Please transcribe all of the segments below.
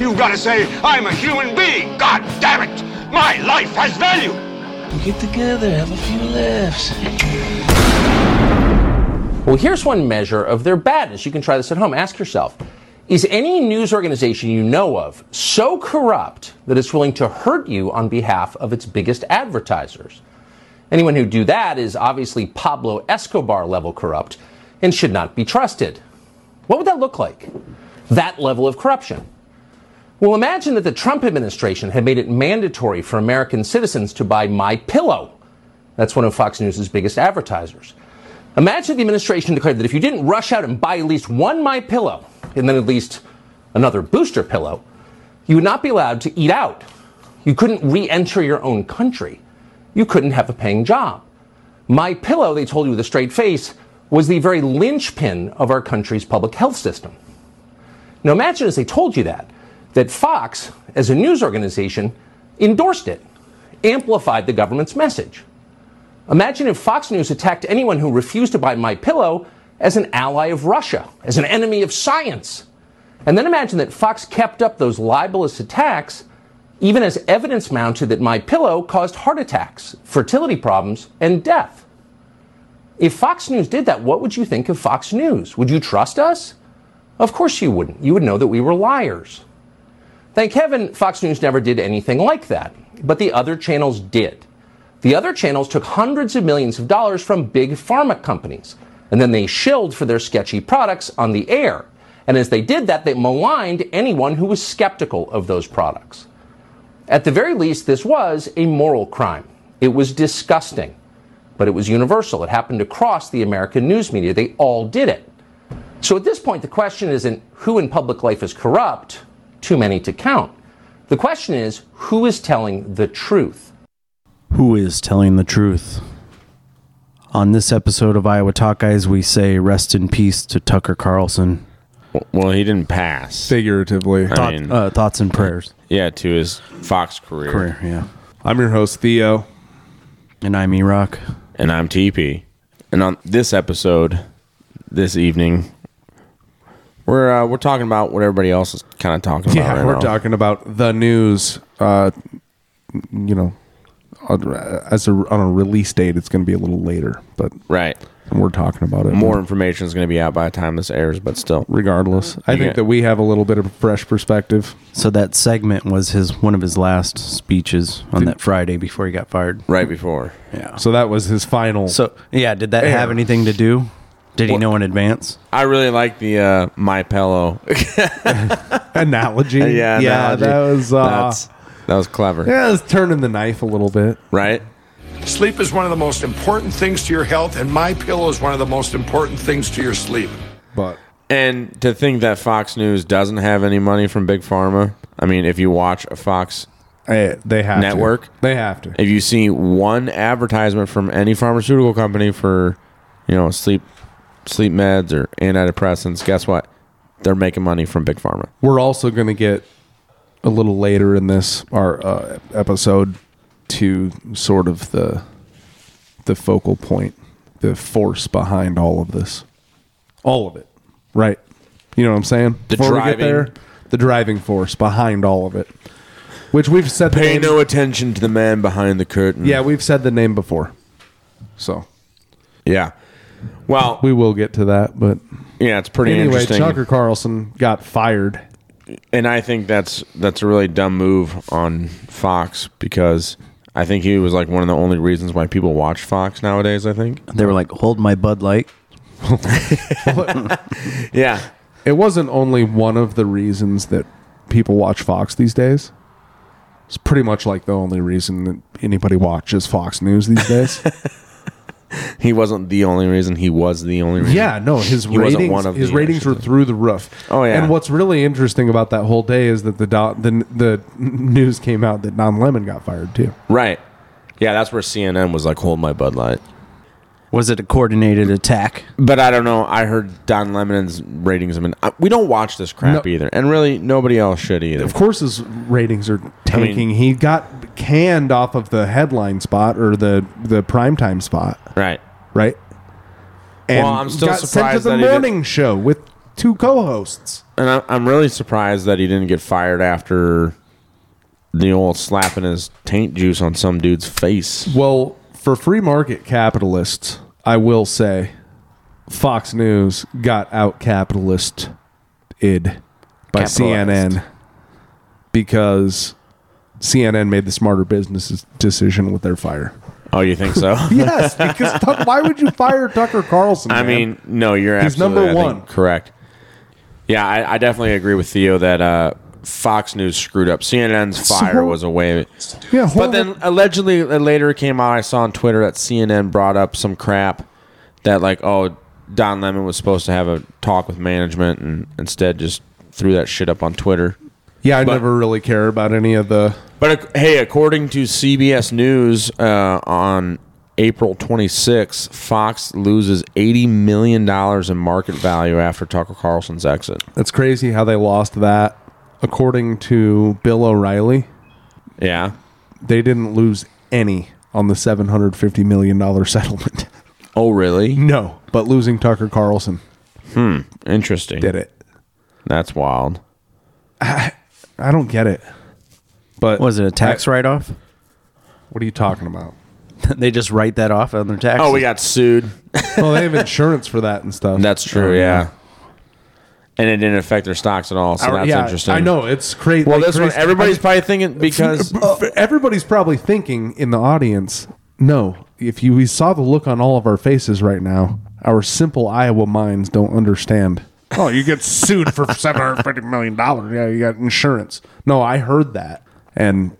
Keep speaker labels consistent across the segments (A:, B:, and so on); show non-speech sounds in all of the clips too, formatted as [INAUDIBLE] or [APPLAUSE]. A: You've got to say, I'm a human being. God damn it. My life has value.
B: Get together, have a few laughs.
C: Well, here's one measure of their badness. You can try this at home. Ask yourself Is any news organization you know of so corrupt that it's willing to hurt you on behalf of its biggest advertisers? Anyone who do that is obviously Pablo Escobar level corrupt and should not be trusted. What would that look like? That level of corruption. Well, imagine that the Trump administration had made it mandatory for American citizens to buy My Pillow. That's one of Fox News' biggest advertisers. Imagine the administration declared that if you didn't rush out and buy at least one My Pillow and then at least another booster pillow, you would not be allowed to eat out. You couldn't re-enter your own country. You couldn't have a paying job. My Pillow, they told you with a straight face, was the very linchpin of our country's public health system. Now imagine as they told you that, that Fox, as a news organization, endorsed it, amplified the government's message. Imagine if Fox News attacked anyone who refused to buy My Pillow as an ally of Russia, as an enemy of science. And then imagine that Fox kept up those libelous attacks even as evidence mounted that My Pillow caused heart attacks, fertility problems, and death. If Fox News did that, what would you think of Fox News? Would you trust us? Of course you wouldn't. You would know that we were liars. Thank heaven Fox News never did anything like that, but the other channels did. The other channels took hundreds of millions of dollars from big pharma companies, and then they shilled for their sketchy products on the air. And as they did that, they maligned anyone who was skeptical of those products. At the very least, this was a moral crime. It was disgusting, but it was universal. It happened across the American news media. They all did it. So at this point, the question isn't who in public life is corrupt, too many to count. The question is who is telling the truth?
D: Who is telling the truth? On this episode of Iowa Talk Guys, we say rest in peace to Tucker Carlson.
E: Well, he didn't pass.
F: figuratively.
E: I
D: Thought-
E: mean-
D: uh, thoughts and prayers.
E: Yeah, to his Fox career.
D: Prayer, yeah.
F: I'm your host, Theo.
D: And I'm Rock.
E: And I'm TP. And on this episode, this evening, we're uh, we're talking about what everybody else is kind of talking about.
F: Yeah,
E: right
F: we're
E: now.
F: talking about the news. Uh, you know, on- as a, on a release date, it's going to be a little later, but
E: Right.
F: we're talking about it
E: More information is going to be out by the time this airs, but still.
F: Regardless, I
E: Yeah.
F: think that we have a little bit of a fresh perspective.
D: So that segment was his one of his last speeches on that Friday before he got fired.
E: Right before.
D: Yeah. So,
F: So that was his final.
D: yeah, did that
F: Air.
D: have anything to do? Did he
E: What-
D: know in advance?
E: I really like the uh, My Pillow.
F: [LAUGHS]
E: [LAUGHS]
F: analogy, yeah, yeah,
E: analogy.
F: that was uh,
E: That's- that was clever.
F: yeah, it was turning the knife a little bit.
E: Right?
G: Sleep is one of the most important things to your health, and my pillow is one of the most important things to your sleep.
F: But
E: And to think that Fox News doesn't have any money from Big Pharma. I mean, if you watch a Fox
F: eh, they have to.
E: Network?
F: They have to.
E: If you see one advertisement from any pharmaceutical company for, you know, sleep sleep meds or antidepressants, guess what? They're making money from big pharma.
F: We're also going to get a little later in this our uh, episode to sort of the the focal point, the force behind all of this, all of it, right? You know what I'm saying?
E: The driving-
F: the driving force behind all of it, which we've said. the
E: Pay
F: name-
E: no attention to the man behind the curtain.
F: yeah, we've said the name before, so
E: yeah. Well,
F: we will get to that. But
E: yeah, it's pretty
F: anyway,
E: interesting.
F: Tucker Carlson got fired.
E: and I think that's that's a really dumb move on Fox because I think he was like one of the only reasons why people watch Fox nowadays. I think
D: They were like, hold my
F: [LAUGHS]
D: Bud Light.
E: yeah.
F: It wasn't only one of the reasons that people watch Fox these days. It's pretty much like the only reason that anybody watches Fox News these days.
E: he wasn't the only reason. He was the only reason.
F: yeah, no, his
E: He wasn't
F: ratings
E: one of
F: his
E: the
F: ratings were through the roof.
E: [LAUGHS] Oh, yeah.
F: And what's really interesting about that whole day is that the do- the the news came out that Don Lemon got fired too.
E: Right. Yeah, that's where CNN was like, hold my Bud Light.
D: Was it a coordinated attack?
E: But I don't know. I heard Don Lemon's ratings. I mean, I- we don't watch this crap
F: No.
E: either, and really nobody else should either.
F: Of course, his ratings are tanking. he got canned off of the headline spot or the the primetime spot,
E: Right.
F: right? And
E: Well, I'm still
F: got
E: surprised that
F: sent
E: he
F: to the
E: did-
F: morning show with two co-hosts.
E: And I, I'm really surprised that he didn't get fired after the old slapping his taint juice on some dude's face.
F: Well, for free market capitalists, I will say Fox News got out capitalist id by
E: Capitalized.
F: CNN because CNN made the smarter business decision with their fire.
E: Oh, you think so?
F: [LAUGHS] Yes, because Tuck, why would you fire Tucker Carlson?
E: I
F: man?
E: mean, no, you're
F: He's
E: absolutely,
F: number
E: I think,
F: one.
E: correct. Yeah, I, I definitely agree with Theo that uh, Fox News screwed up. CNN's fire
F: horrible.
E: was a way.
F: yeah,
E: But
F: horrible.
E: then allegedly it later came out. I saw on Twitter that CNN brought up some crap that like, oh, Don Lemon was supposed to have a talk with management and instead just threw that shit up on Twitter.
F: yeah, I
E: but-
F: never really care about any of the.
E: But ac- hey, according to CBS News, uh, on April 26th, Fox loses 80 million dollars in market value after Tucker Carlson's exit.
F: It's crazy how they lost that. According to Bill O'Reilly,
E: Yeah.
F: they didn't lose any on the seven hundred fifty million dollar [LAUGHS] settlement.
E: Oh, really?
F: No, but losing Tucker Carlson
E: Hmm, Interesting.
F: did it.
E: That's wild.
F: I don't get it. But
D: Was it a tax write off?
F: What are you talking
E: [LAUGHS]
F: about?
D: they just write that off on their taxes.
E: Oh, we got sued.
F: well, they have insurance for that and stuff. Oh,
E: That's true. yeah. And it didn't affect their stocks at all. So
F: I,
E: that's
F: yeah,
E: interesting.
F: I know it's crazy.
E: Well, this one everybody's probably thinking because
F: everybody's probably thinking in the audience. No, if you we saw the look on all of our faces right now, our simple Iowa minds don't understand. Oh, you get sued for seven hundred fifty million dollars. Yeah, you got insurance. No, I heard that, and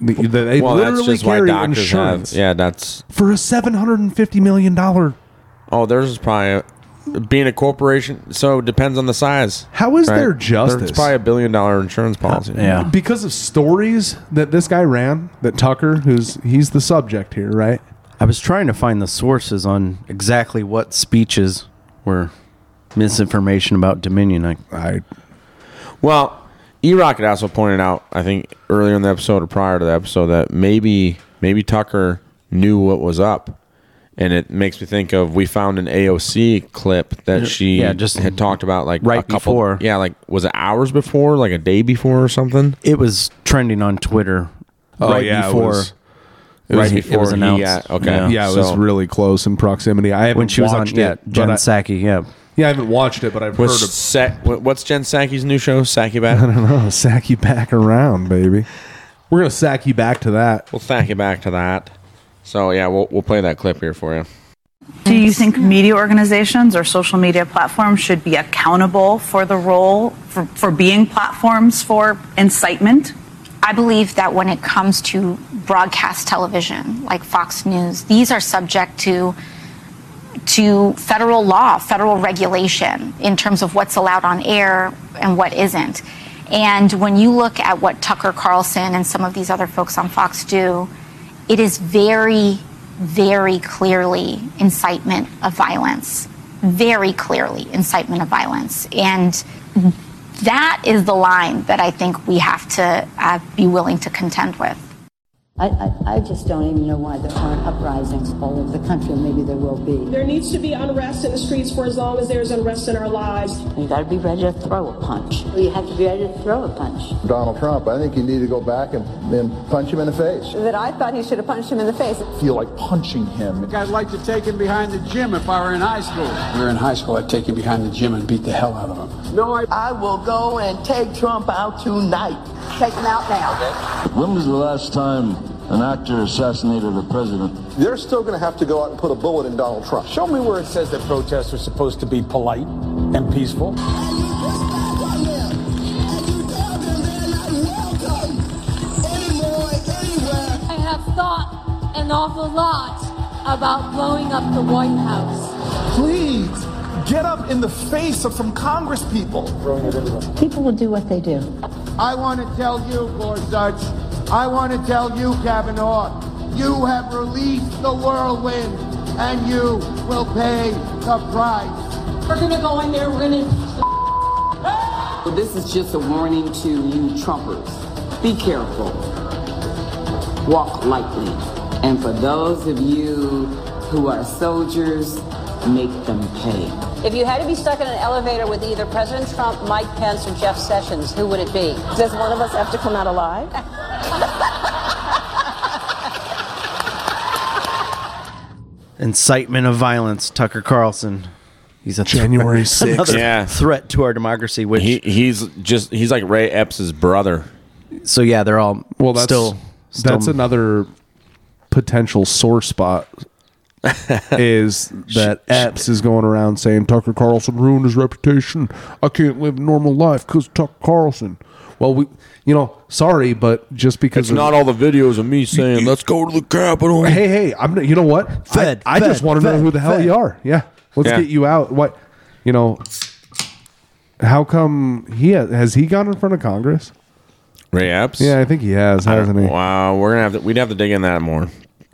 F: the, they
E: well, that's
F: literally
E: just why
F: carry
E: doctors have.
F: insurance
E: Yeah, that's
F: for a seven hundred and fifty million dollar
E: Oh, theirs is probably a, being a corporation. So it depends on the size.
F: How is
E: right?
F: there justice?
E: It's probably a billion dollar insurance policy.
D: Yeah.
F: because of stories that this guy ran, that Tucker, who's he's the subject here, right?
D: I was trying to find the sources on exactly what speeches were misinformation about Dominion. I,
F: I
E: Well, E Rock had also pointed out, I think earlier in the episode or prior to the episode, that maybe maybe Tucker knew what was up. And it makes me think of we found an AOC clip that she
D: yeah, just
E: had talked about like
D: right
E: a couple,
D: before.
E: Yeah, like was it hours before, like a day before or something?
D: it was trending on Twitter
F: Oh,
D: right
F: yeah, it
D: before
F: was-
E: It
D: Right, it was
E: he
D: announced.
E: got- okay.
D: Yeah.
F: yeah, it was
E: So-
F: really close in proximity. I haven't
D: when she was on
F: watched it,
D: yeah,
F: but
D: Jen
F: I, [LAUGHS]
D: Psaki. Yeah,
F: yeah, I haven't watched it, but I've
E: was
F: heard of
E: Sa- what- what's Jen Saki's new show? Saki
D: [LAUGHS]
E: Bat?
F: oh, sack you back around, baby. We're gonna sack you back to that.
E: We'll thank you back to that. So yeah, we'll we'll play that clip here for you.
H: Do you think media organizations or social media platforms should be accountable for the role for, for being platforms for incitement?
I: I believe that when it comes to broadcast television, like Fox News, these are subject to to federal law, federal regulation in terms of what's allowed on air and what isn't. And when you look at what Tucker Carlson and some of these other folks on Fox do, it is very, very clearly incitement of violence. Very clearly incitement of violence. And that is the line that I think we have to uh, be willing to contend with.
H: I, I, I just don't even know why there aren't uprisings all over the country. Maybe there will be. There needs to be unrest in the streets for as long as there's unrest in our lives. You got to be ready to throw a punch. You have to be ready to throw a punch.
J: Donald Trump. I think you need to go back and, and punch him in the face.
H: That I thought he should have punched him in the face.
J: I feel like punching him.
K: I'd like to take him behind the gym if I were in high school. If we were in high school, I'd take him behind the gym and beat the hell out of him.
L: No, I. I will go and take Trump out tonight. Take him out now.
M: When was the last time an actor assassinated a president?
N: They're still going to have to go out and put a bullet in Donald Trump. Show me where it says that protests are supposed to be polite and peaceful.
O: I have thought an awful lot about blowing up the White House.
P: Please get up in the face of some Congress people.
H: People will do what they do.
Q: I want to tell you, Gorsuch, I want to tell you, Kavanaugh, you have released the whirlwind and you will pay the price. We're going to go in there, we're going to
R: This is just a warning to you Trumpers. Be careful. Walk lightly. And for those of you who are soldiers, make them pay.
S: If you had to be stuck in an elevator with either President Trump, Mike Pence, or Jeff Sessions, who would it be? Does one of us have to come out alive? [LAUGHS]
D: Incitement of violence, Tucker Carlson. He's a
F: January 6th.
D: threat, [LAUGHS] another
E: Yeah.
D: threat to our democracy. Which
E: He, he's just he's like Ray Epps' brother.
D: So yeah, they're all
E: well.
D: that's- still- still-
F: that's another potential sore spot is that Epps is going around saying Tucker Carlson ruined his reputation. I can't live a normal life because Tucker Carlson. Well, we, you know, sorry, but just because
E: It's not all the videos of me saying let's go to the Capitol.
F: Hey, hey, I'm. You know what?
E: Fed,
F: I, I
E: Fed,
F: just want to know
E: Fed,
F: who the hell
E: Fed.
F: you are. Yeah, let's
E: Yeah.
F: get you out. What? You know, how come he ha- has he gone in front of Congress?
E: Ray Epps.
F: Yeah, I think he has,
E: I don't-
F: hasn't he?
E: Wow, we're gonna have to. We'd have to dig in that more.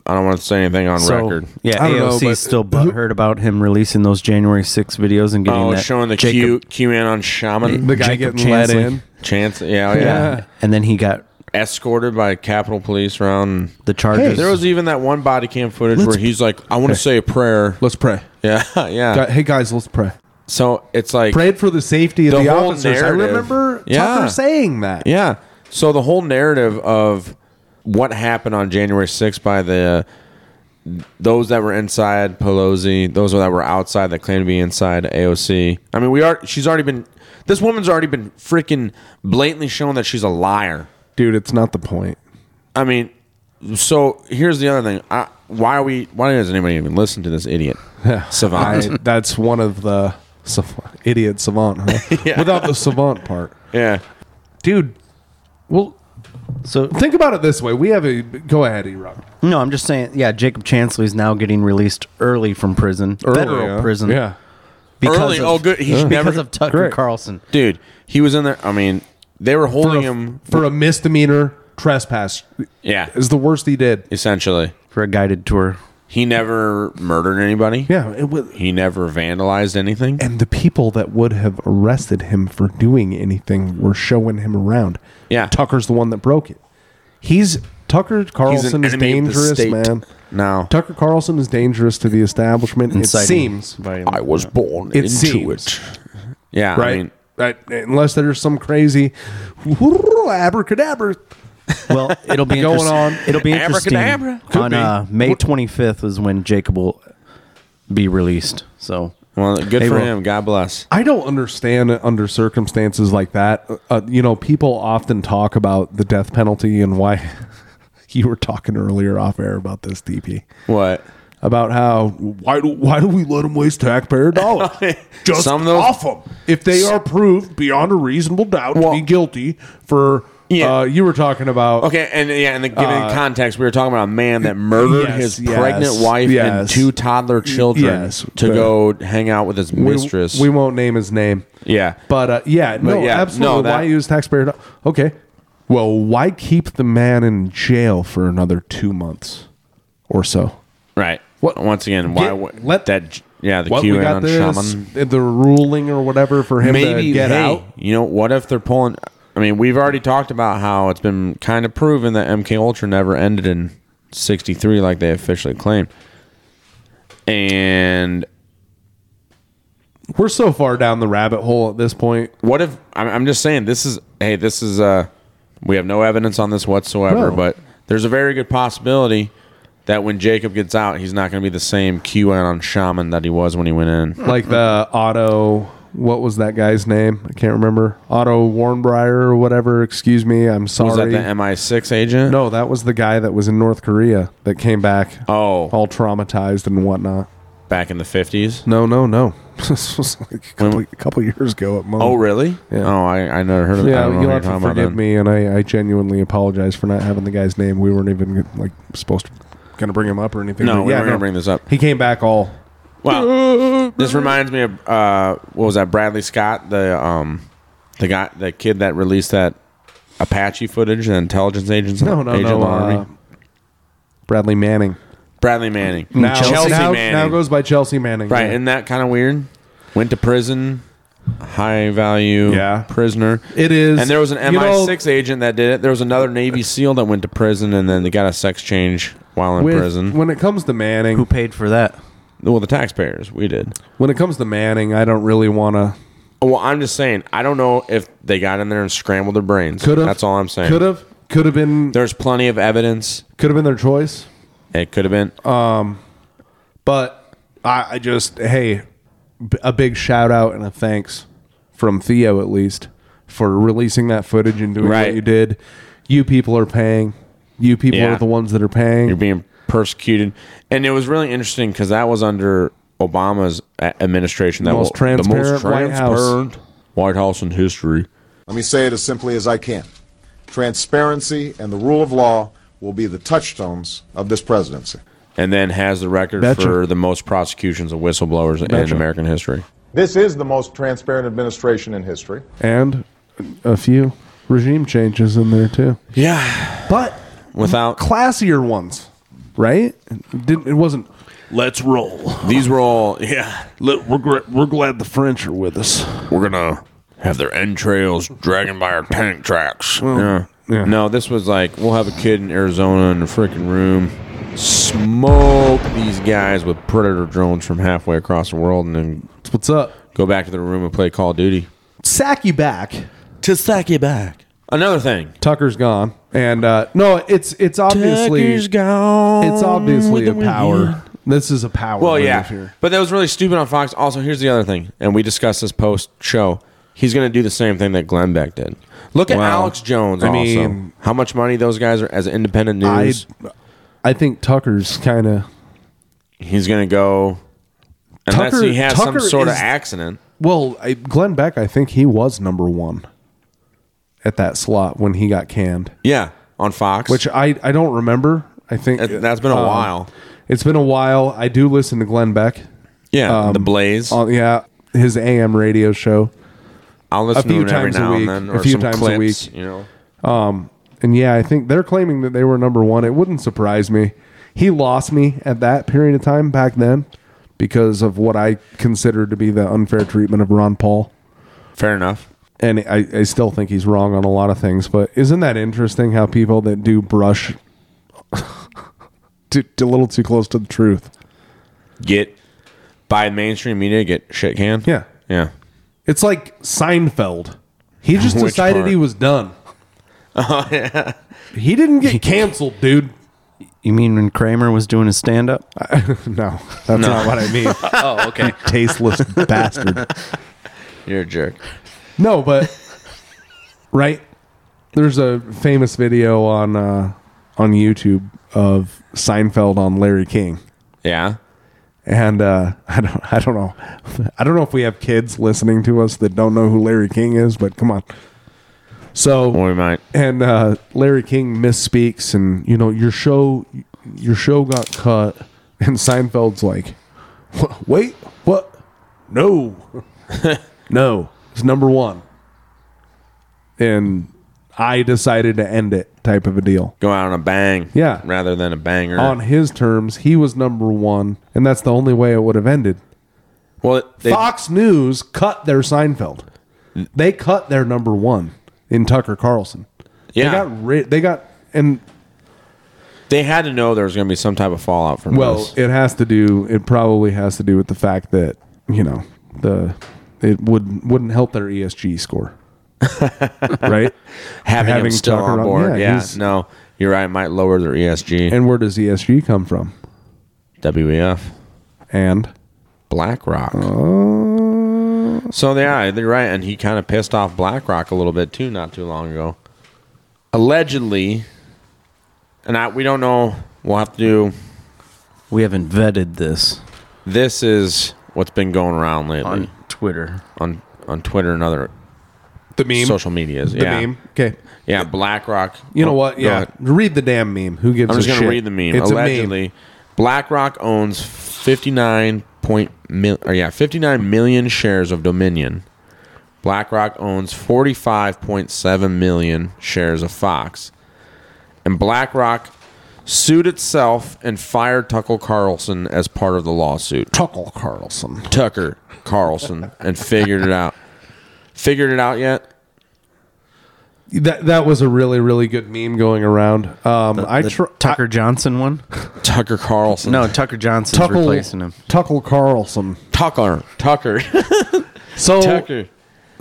E: I don't want to say anything on
D: So,
E: record.
D: Yeah, AOC still butthurt about him releasing those January 6 videos and getting
E: Oh,
D: that
E: showing the Q
D: Jacob-
E: QAnon shaman,
D: The guy Jacob getting let Chansley. in.
E: Chance, yeah, oh,
D: Yeah.
E: yeah,
D: and then he got
E: escorted by Capitol Police around
D: the charges.
E: There was even that one body cam footage
F: Let's-
E: where he's like, "I want to
F: Hey.
E: say a prayer."
F: Let's pray.
E: [LAUGHS] Yeah, yeah.
F: Gu- Hey guys, let's pray.
E: so it's like
F: Prayed for the safety of the, officers. I
E: narrative-
F: remember Tucker saying that.
E: Yeah. So the whole narrative of what happened on January 6th by the those that were inside Pelosi, those that were outside that claimed to be inside AOC. I mean, we are. She's already been. This woman's already been freaking blatantly shown that she's a liar.
F: Dude, it's not the point.
E: I mean, so here's the other thing. I, why are we? Why does anybody even listen to
F: [LAUGHS]
E: this idiot
F: I-
E: [LAUGHS] savant?
F: that's one of the sav- idiot savant.
E: [LAUGHS]
F: Huh? Without the savant part.
E: Yeah.
F: Dude, well,
D: so
F: think about it this way. We have a go ahead, Iraq.
D: No, I'm just saying. Yeah, Jacob Chansley's now getting released early from prison,
F: Early,
D: federal
F: huh?
D: prison.
F: Yeah.
D: because
E: Early?
D: Of,
E: Oh, good. He should
D: because
E: never-
F: [LAUGHS]
D: of Tucker
E: Great.
D: Carlson.
E: dude, he was in there. I mean, they were holding him
F: for a misdemeanor trespass.
E: Yeah,
F: is the worst he did.
E: Essentially,
D: for a guided tour.
E: He never murdered anybody.
F: Yeah, it was,
E: he never vandalized anything.
F: And the people that would have arrested him for doing anything were showing him around.
E: Yeah.
F: Tucker's the one that broke it. He's Tucker Carlson is
E: enemy of the
F: dangerous,
E: state.
F: man.
E: No.
F: Tucker Carlson is dangerous to the establishment.
E: Inciting
F: it seems
E: violence, I was yeah. born
F: It
E: into
F: seems.
E: it. Yeah, I
F: right.
E: mean-
F: That- unless there's some crazy [LAUGHS] abracadabra.
D: Well, it'll be
F: going
D: interest-
F: on.
D: It'll be interesting.
F: Abracadabra. Could
D: On
F: be.
D: uh, May 25th is when Jacob will be released. So
E: well, good
F: They
E: for
F: will.
E: him. God bless.
F: I don't understand it under circumstances like that. Uh, you know, people often talk about the death penalty and why [LAUGHS] you were talking earlier off air about this DP.
E: What?
F: About how why do why do we let them waste
E: [LAUGHS]
F: taxpayer dollars? Just
E: Some of those-
F: off them if they are proved beyond a reasonable doubt to be guilty for. Uh, you were talking about
E: Okay, and yeah, and the, given
F: Uh,
E: context, we were talking about a man that murdered
F: Yes,
E: his
F: yes,
E: pregnant wife and
F: yes.
E: two toddler children
F: Yes,
E: to
F: but-
E: go hang out with his
F: we-
E: mistress.
F: We, won't name his name.
E: Yeah.
F: But uh, yeah,
E: But
F: no,
E: yeah, no,
F: absolutely. why
E: that-
F: use taxpayer? do- okay. Well, why keep the man in jail for another two months or so?
E: right. What? Once again, why
F: Get-
E: would let that? j- Yeah, the
F: what we got
E: QAnon
F: this,
E: shaman.
F: the ruling or whatever for him to get
E: hey,
F: out.
E: You know, what if they're pulling? I mean, we've already talked about how it's been kind of proven that MK Ultra never ended in '63 like they officially claimed, and
F: We're so far down the rabbit hole at this point.
E: What if I'm, I'm just saying this is hey this is uh we have no evidence on this whatsoever,
F: No.
E: but there's a very good possibility that when Jacob gets out, he's not going to be the same QAnon shaman that he was when he went in.
F: Like the auto what was that guy's name? I can't remember. Otto Warnbrier or whatever. Excuse me. I'm sorry.
E: Was that the MI6 agent?
F: No, that was the guy that was in North Korea that came back.
E: Oh.
F: All traumatized and whatnot.
E: Back in the 50s?
F: No, no, no. [LAUGHS] this was like a couple, a couple years ago at most.
E: Oh, really?
F: Yeah.
E: Oh, I, I never heard of I
F: yeah,
E: don't know
F: you'll have
E: what
F: to
E: you're talking about
F: forgive
E: then.
F: me, and I, I genuinely apologize for not having the guy's name. We weren't even like supposed to going to bring him up or anything.
E: No,
F: but
E: we
F: yeah,
E: were going to bring this up.
F: He came back all. [LAUGHS]
E: Wow. this reminds me of uh, what was that? Bradley Scott, the um, the guy, the kid that released that Apache footage, the intelligence agents,
F: No, no,
E: agent
F: no.
E: of the
F: Uh,
E: army.
F: Bradley Manning.
E: Bradley Manning,
F: Now,
E: Chelsea,
F: Mm, now,
E: Manning,
F: now goes by Chelsea Manning.
E: right?
F: Yeah.
E: Isn't that kind of weird? Went to prison, high value
F: Yeah.
E: prisoner.
F: It is-
E: and there was an
F: you know-
E: MI6 agent that did it. There was another Navy SEAL that went to prison, and then they got a sex change while in
F: With-
E: prison.
F: When it comes to Manning, who
D: paid for that?
E: Well, the taxpayers, we did.
F: When it comes to Manning, I don't really want to.
E: Well, I'm just saying, I don't know if they got in there and scrambled their brains.
F: Could've.
E: That's all I'm saying.
F: Could have, could have been,
E: There's plenty of evidence.
F: could have been their choice.
E: It could have been.
F: Um, but I, I just hey, b- a big shout out and a thanks from Theo at least for releasing that footage and doing
E: Right.
F: what you did. You people are paying. You people
E: Yeah.
F: are the ones that are paying.
E: You're being persecuted, and it was really interesting because that was under Obama's a- administration. That
F: Most
E: was the most
F: transparent White House.
E: transparent White House in history.
T: Let me say it as simply as I can. Transparency and the rule of law will be the touchstones of this presidency.
E: And then has the record
T: Betcha.
E: for the most prosecutions of whistleblowers in
T: Betcha.
E: American history.
T: This is the most transparent administration in history.
F: and a few regime changes in there too.
E: Yeah,
F: but
E: without
F: classier ones, right? It, didn't, it wasn't.
D: Let's roll.
E: These were
D: [LAUGHS]
E: all yeah.
D: Let, we're gr- we're glad the French are with us.
E: We're gonna have their entrails dragging by our tank tracks.
D: Well,
E: yeah.
D: yeah.
E: No, this was like we'll have a kid in Arizona in a freaking room, smoke these guys with predator drones from halfway across the world, and then
F: what's up?
E: Go back to the room and play Call of Duty.
F: Sack you back
E: to sack you back. Another thing,
F: Tucker's gone, and uh, no, it's it's obviously
E: Tucker's gone
F: It's obviously
E: with
F: a
E: the wind.
F: power. This is a power.
E: Well,
F: move
E: yeah,
F: here.
E: but that was really stupid on Fox. Also, here's the other thing, and we discussed this post show. He's going to do the same thing that Glenn Beck did. Look at
F: Wow.
E: Alex Jones.
F: I
E: also.
F: mean-
E: how much money those guys are as independent
F: I
E: news.
F: I think Tucker's kind of
E: he's going to go unless
F: Tucker-
E: he has
F: Tucker
E: some sort
F: is-
E: of accident.
F: well. I, Glenn Beck, I think he was number one at that slot when he got canned,
E: Yeah, on Fox.
F: which I I don't remember. I think
E: That- that's been a
F: um,
E: while.
F: It's been a while. I do listen to Glenn Beck.
E: Yeah,
F: um,
E: the Blaze.
F: on- yeah, his AM radio show.
E: I'll listen to him every now and then, or some clips, you know.
F: Um, and yeah, I think they're claiming that they were number one. It wouldn't surprise me. He lost me at that period of time back then because of what I considered to be the unfair treatment of Ron Paul.
E: Fair enough.
F: And I, I still think he's wrong on a lot of things, but isn't that interesting how people that do brush [LAUGHS] too, too little too close to the truth?
E: Get by mainstream media, get shit canned.
F: Yeah.
E: yeah.
F: It's like Seinfeld. He just
E: [LAUGHS] Which
F: decided
E: part?
F: he was done.
E: [LAUGHS] Oh yeah.
F: He didn't
D: [LAUGHS]
F: get canceled, dude.
D: You mean when Kramer was doing his stand up?
F: [LAUGHS] no, that's not what I mean.
E: [LAUGHS]
D: oh, okay.
F: Tasteless bastard.
E: You're a jerk.
F: No, but [LAUGHS] right there's a famous video on uh, on YouTube of Seinfeld on Larry King,
E: Yeah.
F: and uh, I don't I don't know I don't know if we have kids listening to us that don't know who Larry King is, but come on. So
E: we might.
F: And uh, Larry King misspeaks, and you know your show your show got cut, and Seinfeld's like, "Wha- wait, what? No, [LAUGHS] no, it's number one. And I decided to end it, type of a deal.
E: Go out on a bang.
F: Yeah.
E: Rather than a banger.
F: On his terms, he was number one, and that's the only way it would have ended.
E: well, they,
F: Fox News cut their Seinfeld. They cut their number one in Tucker Carlson.
E: Yeah.
F: They got rid. They got and
E: they had to know there was going to be some type of fallout from
F: well,
E: this.
F: it has to do. It probably has to do with the fact that you know the it would wouldn't help their ESG
E: [LAUGHS]
F: score, right?
E: Having, him still
F: Tucker
E: on board. Yeah.
F: he's-
E: no, you're right. It might lower their E ESG.
F: And where does ESG come from?
E: WEF.
F: And
E: E BlackRock.
F: Oh,
E: So yeah, they're right, and he kind of pissed off BlackRock a little bit too, not too long ago. Allegedly, and I, we don't know. We'll have to do.
D: We haven't vetted this.
E: This is what's been going around lately on
D: Twitter,
E: on on Twitter and other
F: the meme?
E: social medias.
F: The
E: yeah.
F: meme? Okay.
E: Yeah, BlackRock.
F: You know
E: Oh,
F: what?
E: go
F: Yeah,
E: ahead.
F: read the damn meme. Who gives?
E: I'm just
F: a
E: gonna
F: shit?
E: read the meme.
F: It's a meme.
E: Allegedly, BlackRock owns 59 point mil, or yeah, 59 million shares of Dominion. BlackRock owns 45.7 million shares of Fox, and BlackRock sued itself and fired Tucker Carlson as part of the lawsuit.
F: Tucker Carlson.
E: Tucker Carlson, and figured
F: [LAUGHS]
E: it out. Figured it out yet?
F: That that was a really really good meme going around. Um, I
D: the
F: tr-
D: Tucker
F: [LAUGHS]
D: Johnson one.
E: Tucker Carlson.
D: No, Tucker Johnson's
F: Tuckle-
D: replacing him.
F: Tucker Carlson.
E: Tucker. Tucker.
F: So
E: [LAUGHS] Tucker.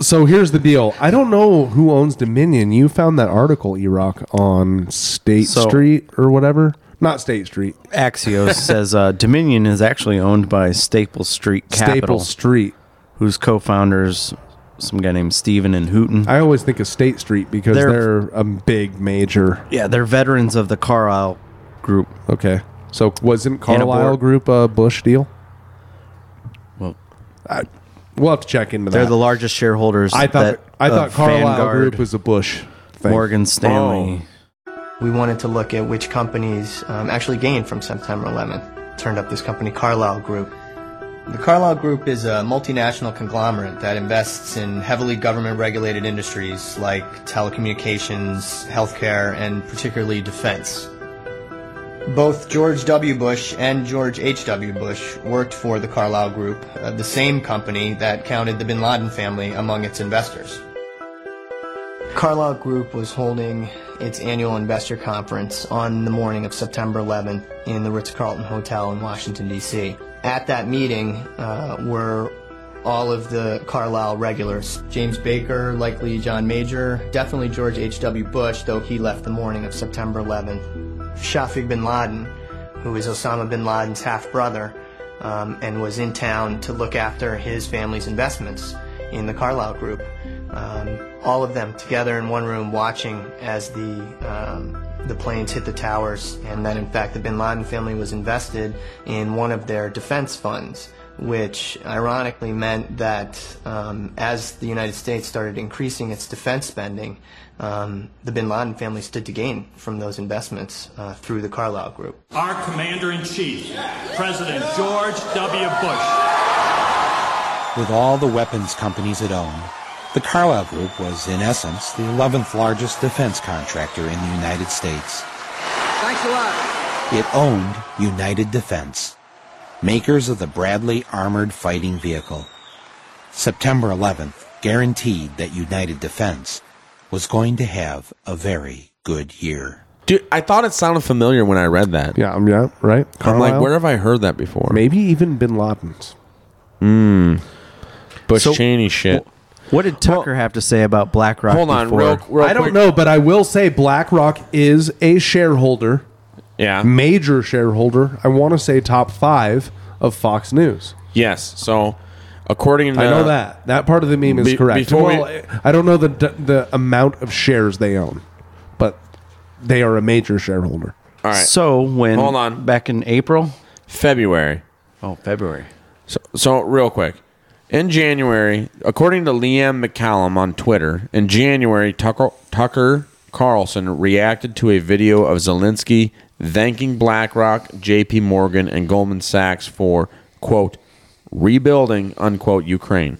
F: so here's the deal. I don't know who owns Dominion. You found that article, Erock, on State
D: So-
F: Street or whatever. Not State Street.
D: Axios [LAUGHS] says uh, Dominion is actually owned by Staples Street Capital.
F: Staples Street.
D: Whose co-founders some guy named Steven and Hooten.
F: I always think of State Street because
D: They're-
F: they're, a big major.
D: Yeah, they're veterans of the Carlisle group.
F: Okay. So wasn't
D: And a
F: Carlisle
D: board-
F: Group a Bush deal?
D: Well,
F: I, we'll have to check into that.
D: They're the largest shareholders.
F: I thought
D: that-
F: I thought
D: of
F: Carlisle
D: Vanguard,
F: Group was a Bush. Thing. Oh.
D: Morgan Stanley.
U: We wanted to look at which companies um, actually gained from September 11th. Turned up this company, Carlisle Group. The Carlisle Group is a multinational conglomerate that invests in heavily government regulated industries like telecommunications, healthcare, and particularly defense. Both George W. Bush and George H.W. Bush worked for the Carlyle Group, uh, the same company that counted the bin Laden family among its investors. Carlyle Group was holding its annual investor conference on the morning of September 11th in the Ritz-Carlton Hotel in Washington, D.C. At that meeting uh, were all of the Carlyle regulars. James Baker, likely John Major, definitely George H.W. Bush, though he left the morning of September 11th. Shafiq bin Laden, who is Osama bin Laden's half-brother, um, and was in town to look after his family's investments in the Carlyle Group. Um, all of them together in one room, watching as the um, the planes hit the towers, and that in fact the Bin Laden family was invested in one of their defense funds, which ironically meant that um, as the United States started increasing its defense spending, um, the Bin Laden family stood to gain from those investments uh, through the Carlyle Group.
V: Our commander in chief, President George W. Bush.
W: With all the weapons companies it owned, the Carlyle Group was, in essence, the 11th largest defense contractor in the United States.
V: Thanks a lot.
W: It owned United Defense, makers of the Bradley Armored Fighting Vehicle. September 11th guaranteed that United Defense was going to have a very good year.
E: Dude, I thought it sounded familiar when I read that.
F: Yeah, I'm- yeah, right.
E: I'm
F: Carlisle?
E: like, where have I heard that before?
F: Maybe even Bin Laden's.
E: Mm. Bush
F: So-
E: Cheney shit.
D: What did Tucker have to say about BlackRock?
E: Hold on,
D: before?
E: real- real
F: I don't
E: quick.
F: know, but I will say BlackRock is a shareholder,
E: yeah,
F: major shareholder. I want to say top five of Fox News.
E: Yes. So, according to
F: I know that that part of the meme is
E: Be-
F: correct.
E: before
F: Well,
E: we-
F: I don't know the the amount of shares they own, but they are a major shareholder.
E: All right.
D: So when
E: Hold on.
D: back in April,
E: February.
D: Oh, February.
E: So, so real quick. In January, according to Liam McCallum on Twitter, in January, Tucker, Tucker Carlson reacted to a video of Zelensky thanking BlackRock, JP Morgan, and Goldman Sachs for, quote, rebuilding, unquote, Ukraine.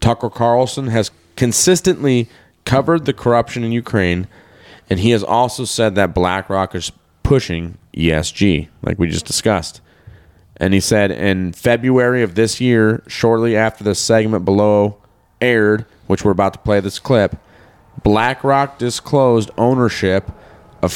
E: Tucker Carlson has consistently covered the corruption in Ukraine, and he has also said that BlackRock is pushing ESG, like we just discussed. And he said in February of this year, shortly after the segment below aired, which we're about to play this clip, BlackRock disclosed ownership of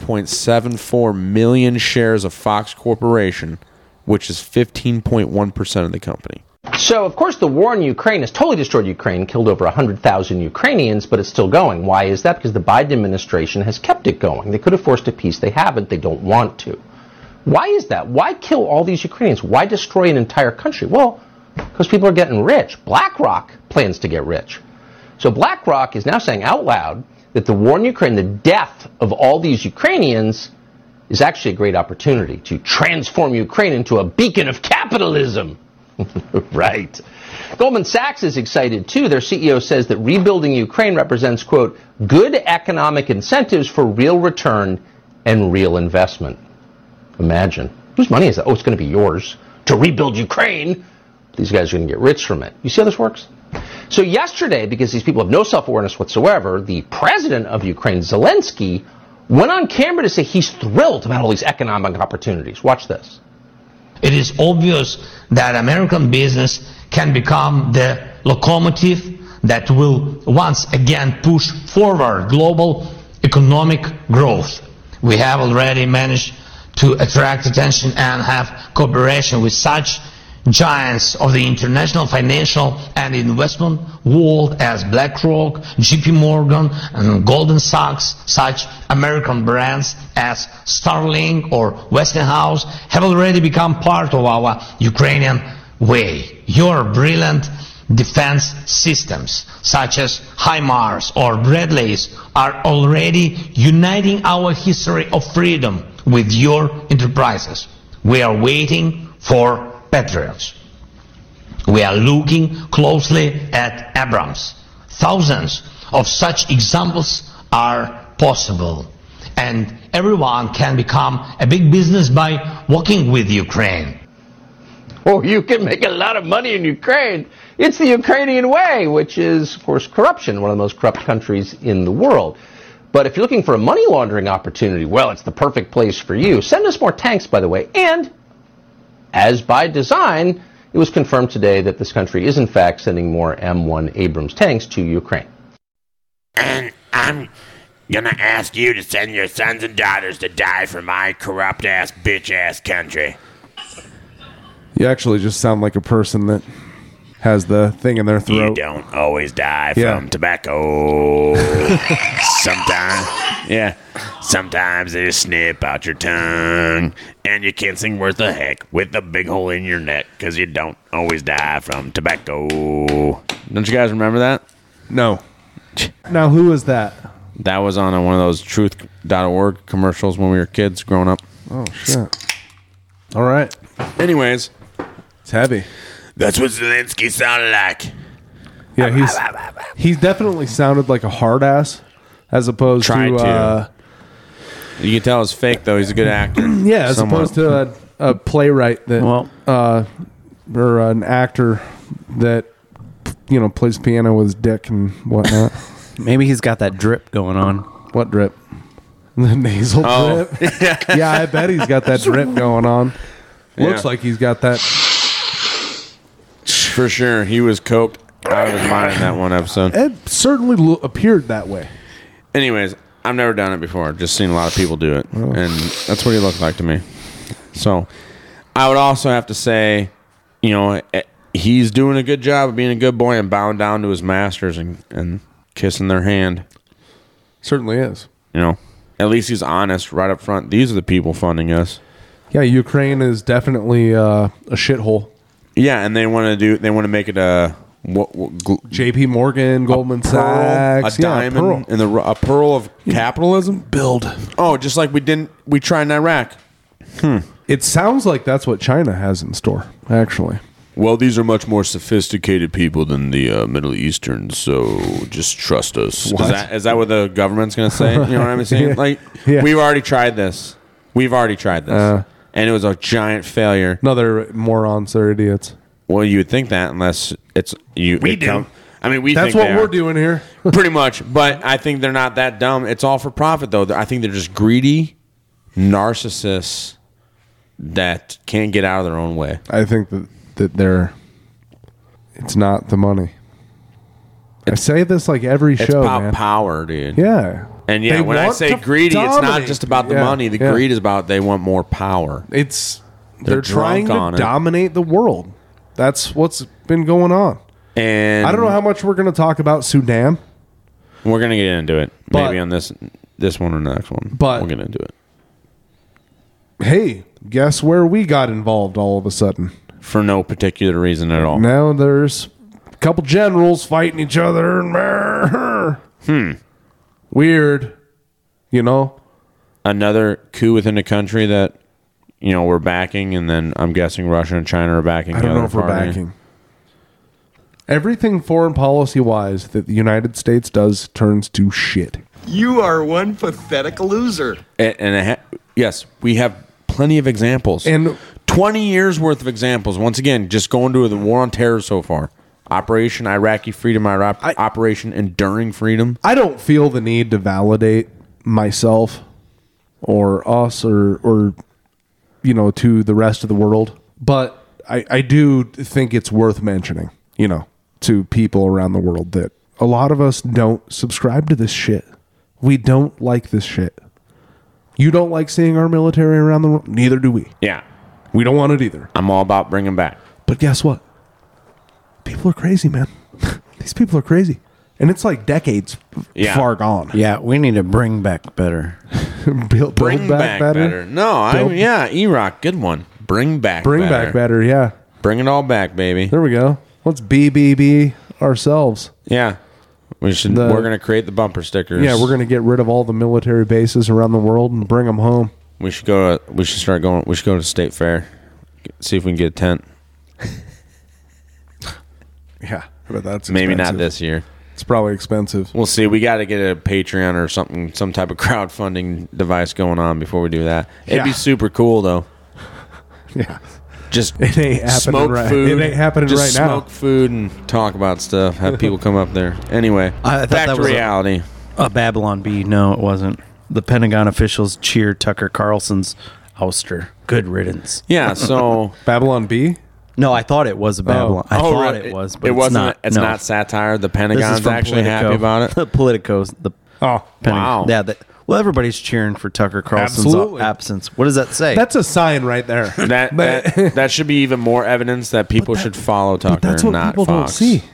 E: 45.74 million shares of Fox Corporation, which is 15.1% of the company.
C: So, of course, the war in Ukraine has totally destroyed Ukraine, killed over 100,000 Ukrainians, but it's still going. Why is that? Because the Biden administration has kept it going. They could have forced a peace. They haven't. They don't want to. Why is that? Why kill all these Ukrainians? Why destroy an entire country? Well, because people are getting rich. BlackRock plans to get rich. So BlackRock is now saying out loud that the war in Ukraine, the death of all these Ukrainians, is actually a great opportunity to transform Ukraine into a beacon of capitalism. [LAUGHS] right. Goldman Sachs is excited too. Their CEO says that rebuilding Ukraine represents, quote, good economic incentives for real return and real investment. Imagine. Whose money is that? Oh, it's going to be yours to rebuild Ukraine. These guys are going to get rich from it. You see how this works? So, yesterday, because these people have no self awareness whatsoever, the president of Ukraine, Zelensky, went on camera to say he's thrilled about all these economic opportunities. Watch this.
A: It is obvious that American business can become the locomotive that will once again push forward global economic growth. We have already managed to attract attention and have cooperation with such giants of the international financial and investment world as BlackRock, JP Morgan, and Goldman Sachs, such American brands as Starlink or Westinghouse have already become part of our Ukrainian way. Your brilliant defense systems, such as HIMARS or Bradleys, are already uniting our history of freedom with your enterprises. We are waiting for Patriots. We are looking closely at Abrams. Thousands of such examples are possible. And everyone can become a big business by working with Ukraine.
C: Oh, you can make a lot of money in Ukraine. It's the Ukrainian way, which is, of course, corruption, one of the most corrupt countries in the world. But if you're looking for a money laundering opportunity, well, it's the perfect place for you. Send us more tanks, by the way, and as by design, it was confirmed today that this country is in fact sending more M1 Abrams tanks to Ukraine.
B: And I'm gonna ask you to send your sons and daughters to die for my corrupt ass, bitch ass country.
F: You actually just sound like a person that has the thing in their
B: You
F: throat.
B: don't always die
F: Yeah.
B: from tobacco. [LAUGHS] sometimes, yeah. Sometimes they snip out your tongue, and you can't sing worth a heck with a big hole in your neck because you don't always die from tobacco.
E: Don't you guys remember that?
F: No. Now, who was that?
E: That was on uh, one of those truth.org commercials when we were kids growing up.
F: Oh, shit. All right.
E: Anyways,
F: it's heavy.
B: That's what Zelensky sounded like.
F: Yeah, he's he's definitely sounded like a hard ass as opposed
E: Tried
F: to,
E: to.
F: uh, [CLEARS THROAT]
E: You can tell it's fake though. He's a good actor.
F: yeah, as
E: Somewhat.
F: opposed to uh, a, a playwright that uh, or an actor that you know plays piano with his dick and whatnot.
D: Maybe he's got that drip going on.
F: What drip? The nasal
D: [LAUGHS] Oh.
F: drip.
D: [LAUGHS]
E: [LAUGHS]
F: yeah, I bet he's got that drip going on. Looks
E: Yeah.
F: like he's got that.
E: for sure. He was coked out of his mind in that one episode.
F: It certainly lo- appeared that way.
E: Anyways, I've never done it before. Just seen a lot of people do it, and that's what he looked like to me. So, I would also have to say, you know, eh, he's doing a good job of being a good boy and bowing down to his masters and and kissing their hand.
F: Certainly is.
E: You know, at least he's honest right up front. These are the people funding us.
F: Yeah, Ukraine is definitely uh, a shithole.
E: Yeah, and they want to do. They want to make it a what, what gl-
F: J.P. Morgan, Goldman
E: pearl,
F: Sachs,
E: a
F: yeah,
E: diamond,
F: pearl.
E: in the ru- a pearl of capitalism.
F: Build.
E: Oh, just like we didn't. We tried in Iraq.
F: It sounds like that's what China has in store, actually.
E: Well, Oh, these are much more sophisticated people than the uh, Middle Eastern, so just trust us.
F: What?
E: Is that, is that what the government's going to say? You know
F: [LAUGHS]
E: what I'm saying?
F: Yeah.
E: Like,
F: Yeah.
E: we've already tried this. We've already tried this.
F: Uh.
E: and it was a giant failure.
F: No, they're morons. They're idiots.
E: Well, you would think that unless it's you.
F: We
E: it
F: do.
E: I mean, we
F: That's
E: think
F: what
E: they
F: we're
E: are.
F: doing here.
E: [LAUGHS] Pretty much. But I think they're not that dumb. It's all for profit, though. I think they're just greedy narcissists that can't get out of their own way.
F: I think that, that they're. It's not the money. I say this like every
E: It's
F: show,
E: about
F: man.
E: power, dude.
F: Yeah.
E: And yeah,
F: They
E: when I
F: want
E: say
F: to
E: greedy, it's not
F: dominate.
E: just about the
F: Yeah,
E: money. The
F: yeah.
E: greed is about they want more power.
F: It's
E: They're
F: they're, trying
E: drunk
F: to
E: on it.
F: dominate the world. That's what's been going on.
E: And
F: I don't know how much we're going to talk about Sudan,
E: we're gonna get into it.
F: But-
E: Maybe on this this one or the next one.
F: but
E: we're gonna do it.
F: Hey, guess where we got involved all of a sudden?
E: for no particular reason at all.
F: Now there's a couple generals fighting each other. [LAUGHS] Hmm. Weird. You know?
E: Another coup within a country that, you know, we're backing, and then I'm guessing Russia and China are backing.
F: I
E: the
F: don't
E: other
F: know if we're
E: party.
F: backing. Everything foreign policy wise that the United States does turns to shit.
G: You are one pathetic loser.
E: And, and it ha- yes, we have plenty of examples.
F: And
E: 20 years worth of examples. Once again, just going to the war on terror so far. Operation Iraqi Freedom, Iraq, Operation Enduring Freedom.
F: I don't feel the need to validate myself or us or or you know to the rest of the world, but I I do think it's worth mentioning, you know, to people around the world that a lot of us don't subscribe to this shit. We don't like this shit. You don't like seeing our military around the world, neither do we.
E: Yeah.
F: We don't want it either.
E: I'm all about bringing back.
F: But guess what? People are crazy, man. [LAUGHS] These people are crazy. And it's like decades
E: Yeah.
F: far gone.
D: Yeah, we need to bring back better.
F: [LAUGHS] build,
E: Bring back, better. No, I
F: Build-
E: yeah, Iraq, good one. Bring back
F: Bring
E: better.
F: back better, yeah.
E: Bring it all back, baby.
F: There we go. Let's BBB ourselves.
E: Yeah. We should
F: The-
E: we're going to create the bumper stickers.
F: Yeah, we're going to get rid of all the military bases around the world and bring them home.
E: We should go to we should start going we should go to state fair. See if we can get a tent.
F: Yeah, but that's
E: Maybe not
F: expensive.
E: this year.
F: It's probably expensive.
E: We'll see. We got to get a Patreon or something, some type of [LAUGHS] crowdfunding device going on before we do that. It'd be
F: Yeah.
E: super cool though.
F: [LAUGHS] Yeah.
E: Just
F: It ain't happening
E: smoke
F: right-
E: food.
F: it ain't happening
E: just
F: right now.
E: smoke food and talk about stuff. Have people come
F: [LAUGHS]
E: up there. Anyway,
D: I thought
E: back
D: that
E: to
D: was a-
E: reality.
D: A Babylon B. No, it wasn't. The Pentagon officials cheer Tucker Carlson's ouster. Good riddance.
E: Yeah, so-
F: [LAUGHS] Babylon B?
D: No, I thought it [LAUGHS] was a Babylon. I
E: Oh,
D: thought
E: really?
D: it was, but
E: it
D: it's
E: wasn't.
D: not.
E: it's
D: No.
E: not satire. The
D: This is
E: Pentagon's
D: from
E: actually happy
D: Politico.
E: about it.
D: The [LAUGHS] Politico's the
F: Oh,
E: wow.
D: Yeah, the, well everybody's cheering for Tucker Carlson's
E: Absolutely.
D: absence. What does that say?
F: That's a sign right there. [LAUGHS]
E: That,
F: But-
E: that that should be even more evidence that people should follow Tucker,
F: That's what
E: not
F: people
E: Fox.
F: don't see.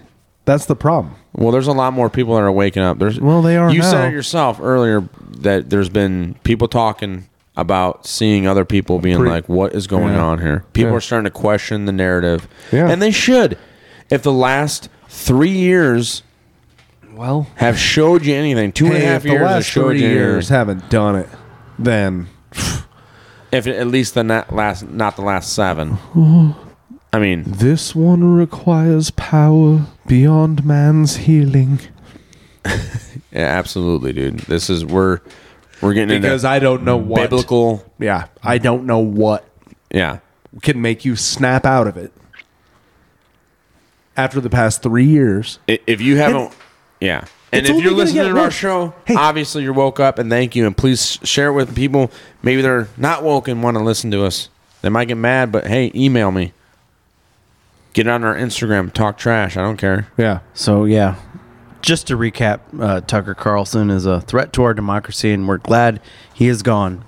F: That's the problem.
E: Well, there's a lot more people that are waking up. There's
F: Well, they are
E: You
F: now.
E: said it yourself earlier that there's been people talking about seeing other people being
F: Pretty-
E: like, "What is going
F: Yeah.
E: on here?" People
F: Yeah.
E: are starting to question the narrative,
F: Yeah.
E: and they should. If the last three years,
F: well,
E: have showed you anything, two and a
F: Hey,
E: half
F: if the
E: years have
F: last
E: showed
F: three
E: you
F: years haven't done it, then
E: if at least the not last, not the
F: [LAUGHS]
E: last seven. I mean,
F: This one requires power beyond man's healing.
E: yeah, absolutely, dude. This is we're we're getting into
F: Because I don't know what
E: biblical.
F: Yeah, I don't know what
E: Yeah,
F: can make you snap out of it after the past three years.
E: I- if you haven't, yeah, and
F: it's
E: if
F: only
E: you're
F: gonna
E: listening
F: get
E: to our
F: worse.
E: show, obviously you're woke up, and thank you. And please share it with people. Maybe they're not woke and want to listen to us. They might get mad, but hey, email me. Get on our Instagram, talk trash. I don't care.
F: Yeah.
D: So yeah, just to recap, uh, Tucker Carlson is a threat to our democracy, and we're glad he is gone.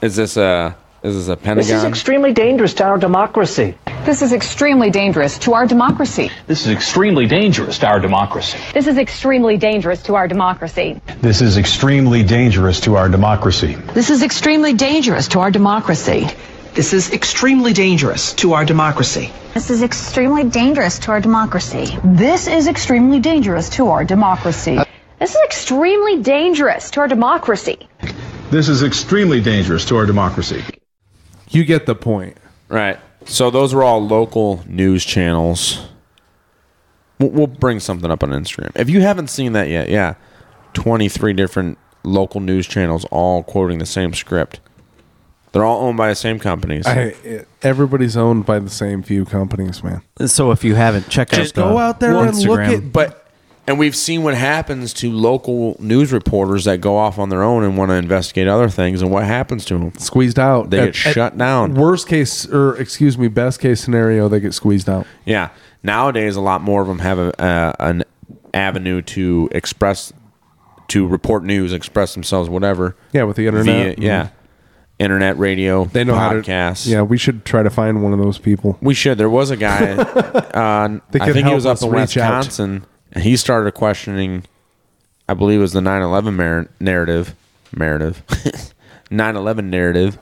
E: Is this a is this a
I: This is extremely dangerous to our democracy.
J: This is extremely dangerous to our democracy.
X: This is extremely dangerous to our democracy.
J: This is extremely dangerous to our democracy.
X: This is extremely dangerous to our democracy.
J: This is extremely dangerous to our democracy.
Y: This is extremely dangerous to our democracy.
J: This is extremely dangerous to our democracy. This is extremely dangerous to our democracy. This is extremely dangerous to our democracy.
Y: This is extremely dangerous to our democracy.
F: You get the point.
E: Right. So those were all local news channels. We'll, we'll bring something up on Instagram. If you haven't seen that yet, yeah, twenty three different local news channels all quoting the same script. They're all owned by the same companies.
F: I, it- everybody's owned by the same few companies, man.
D: So if you haven't, check
E: Just
D: out.
E: go
D: the
E: out there
D: Instagram.
E: and look at- but and we've seen what happens to local news reporters that go off on their own and want to investigate other things, and what happens to them?
F: Squeezed out.
E: They
F: At-
E: get
F: at
E: shut down.
F: Worst case, or excuse me, best case scenario, they get squeezed out.
E: Yeah. Nowadays, a lot more of them have a, uh, an avenue to express, to report news, express themselves, whatever.
F: Yeah, with the internet.
E: Via- yeah.
F: Mhm.
E: Internet, radio,
F: They know
E: podcasts.
F: how to. Yeah, we should try to find one of those people.
E: We should. There was
F: [LAUGHS]
E: a guy, uh,
F: They
E: I
F: could
E: think he
F: help
E: was up
F: us
E: in
F: reach out.
E: Wisconsin, and he started questioning, I believe it was the 9 11 mar- narrative, [LAUGHS] narrative, 9 11 narrative,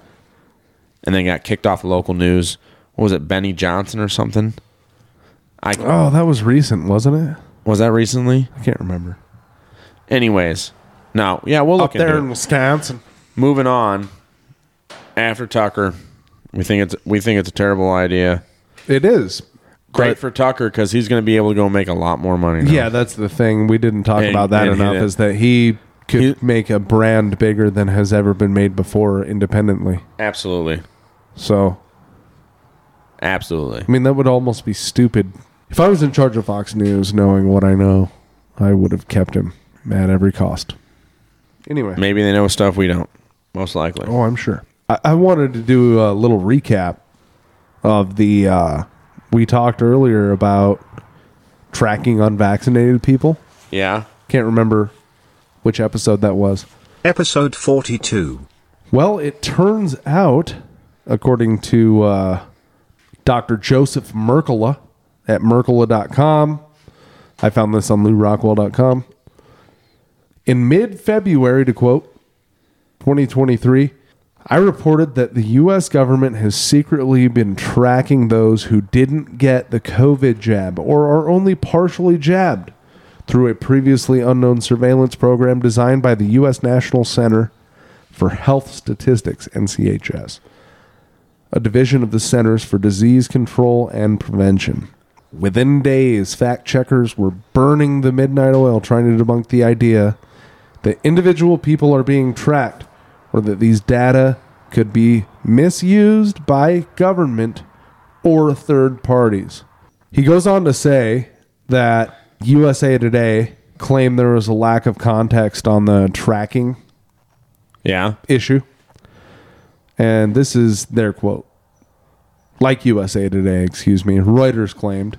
E: and then got kicked off local news what was it Benny Johnson or something? I
F: Oh, that was recent, wasn't it?
E: Was that recently?
F: I can't remember.
E: Anyways, no, yeah, we'll look
F: Up there
E: into
F: in
E: it.
F: Wisconsin.
E: Moving on. After Tucker, we think it's we think it's a terrible idea.
F: It is
E: great for Tucker because he's going to be able to go make a lot more money. Now.
F: Yeah, that's the thing. We didn't talk
E: And-
F: about that
E: and he
F: enough
E: did.
F: is that he could make a brand bigger than has ever been made before independently.
E: absolutely,
F: So,
E: absolutely.
F: I mean, that would almost be stupid. If I was in charge of Fox News, knowing what I know, I would have kept him at every cost. Anyway.
E: Maybe they know stuff we don't. Most likely.
F: Oh, I'm sure. I, I wanted to do a little recap of the. Uh, we talked earlier about tracking unvaccinated people.
E: Yeah.
F: Can't remember which episode that was.
K: Episode 42.
F: Well, it turns out, according to uh, Dr. Joseph Mercola at Mercola.com, I found this on LouRockwell.com. In mid February, to quote 2023, I reported that the U.S. government has secretly been tracking those who didn't get the COVID jab or are only partially jabbed through a previously unknown surveillance program designed by the U.S. National Center for Health Statistics, NCHS, a division of the Centers for Disease Control and Prevention. Within days, fact checkers were burning the midnight oil trying to debunk the idea that individual people are being tracked or that these data could be misused by government or third parties. He goes on to say that USA Today claimed there was a lack of context on the tracking
E: Yeah.
F: issue. And this is their quote. Like USA Today, excuse me, Reuters claimed,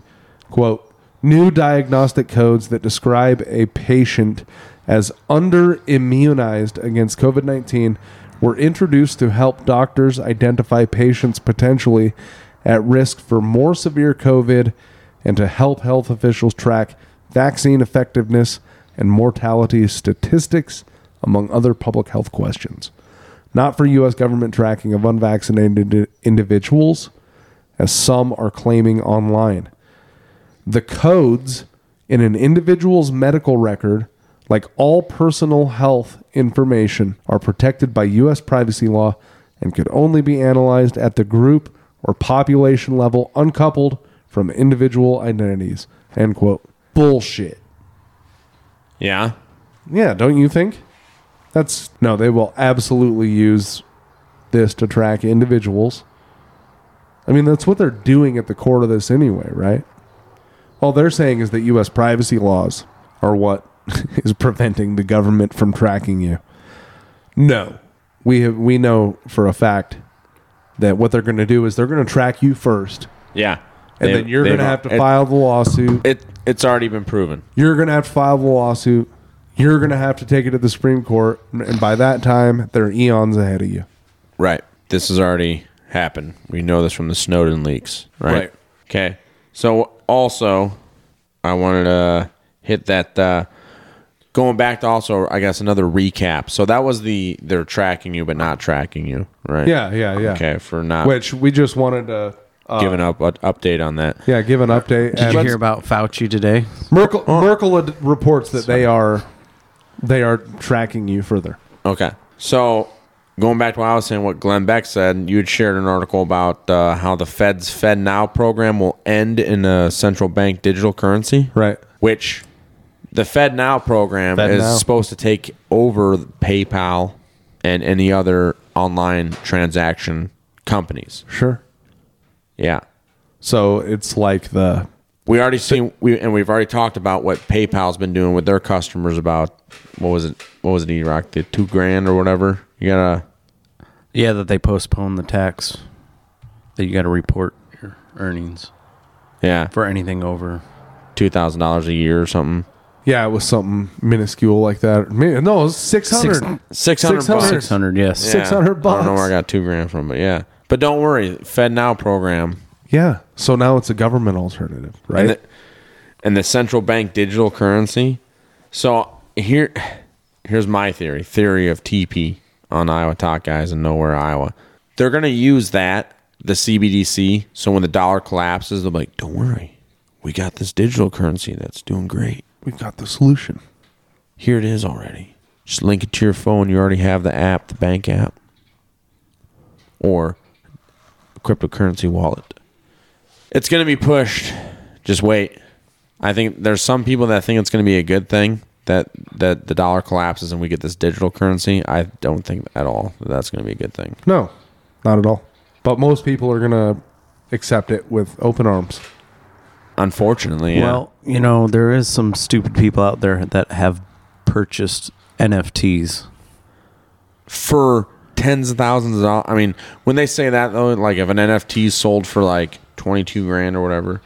F: quote, new diagnostic codes that describe a patient as under immunized against COVID 19 were introduced to help doctors identify patients potentially at risk for more severe COVID and to help health officials track vaccine effectiveness and mortality statistics, among other public health questions. Not for U.S. government tracking of unvaccinated i- individuals, as some are claiming online. The codes in an individual's medical record, like all personal health information, are protected by U.S. privacy law and could only be analyzed at the group or population level, uncoupled from individual identities. End quote. Bullshit.
E: Yeah.
F: Yeah, don't you think? That's no, they will absolutely use this to track individuals. I mean, that's what they're doing at the core of this anyway, right? All they're saying is that US privacy laws are what [LAUGHS] is preventing the government from tracking you. No. We have we know for a fact that what they're going to do is they're going to track you first.
E: Yeah.
F: And
E: They-
F: then you're
E: they've-
F: going to have to
E: it-
F: file the lawsuit.
E: It it's already been proven.
F: You're going to have to file the lawsuit. You're going to have to take it to the Supreme Court. And by that time, they're eons ahead of you.
E: Right. This has already happened. We know this from the Snowden leaks, right?
F: Right.
E: Okay. So also, I wanted to hit that. Uh, going back to also, I guess another recap. So that was the they're tracking you but not tracking you, right?
F: Yeah, yeah, yeah.
E: Okay, for not
F: Which we just wanted to. Uh,
E: giving up an update on that.
F: Yeah, give an update.
D: Did you
F: And-
D: hear about Fauci today?
F: Merkel, Merkel ad- reports that they are they are tracking you further.
E: Okay. So going back to what I was saying, what Glenn Beck said, you had shared an article about uh, how the Fed's Fed Now program will end in a central bank digital currency.
F: Right.
E: Which the Fed Now program
F: Fed
E: is
F: Now.
E: supposed to take over PayPal and any other online transaction companies.
F: Sure.
E: Yeah.
F: So it's like the
E: We already seen we and we've already talked about what PayPal's been doing with their customers about what was it what was it E Rock? The two grand or whatever. You gotta
D: Yeah, that they postponed the tax. That you got to report your earnings.
E: Yeah.
D: For anything over
E: two thousand dollars a year or something.
F: yeah, it was something minuscule like that. Ma- No, it was 600.
E: Six hundred bucks.
D: 600, yes.
E: Yeah.
F: 600
E: I don't know where I
F: bucks.
E: got two grand from, but yeah. But don't worry, Fed Now program,
F: Yeah. So now it's a government alternative, right?
E: And the, and the central bank digital currency. So here, here's my theory: theory of TP on Iowa Talk guys in nowhere Iowa. They're gonna use that the CBDC. So when the dollar collapses, they're like, "Don't worry, we got this digital currency that's doing great.
F: We've got the solution.
E: Here it is already. Just link it to your phone. You already have the app, the bank app, or a cryptocurrency wallet. It's going to be pushed. Just wait. I think there's some people that think it's going to be a good thing that that the dollar collapses and we get this digital currency. I don't think at all that that's going to be a good thing.
F: No, not at all. But most people are going to accept it with open arms.
E: Unfortunately, yeah.
D: Well, you know, there is some stupid people out there that have purchased NFTs.
E: for tens of thousands of dollars. I mean, when they say that though, like if an NFT sold for like twenty two grand or whatever,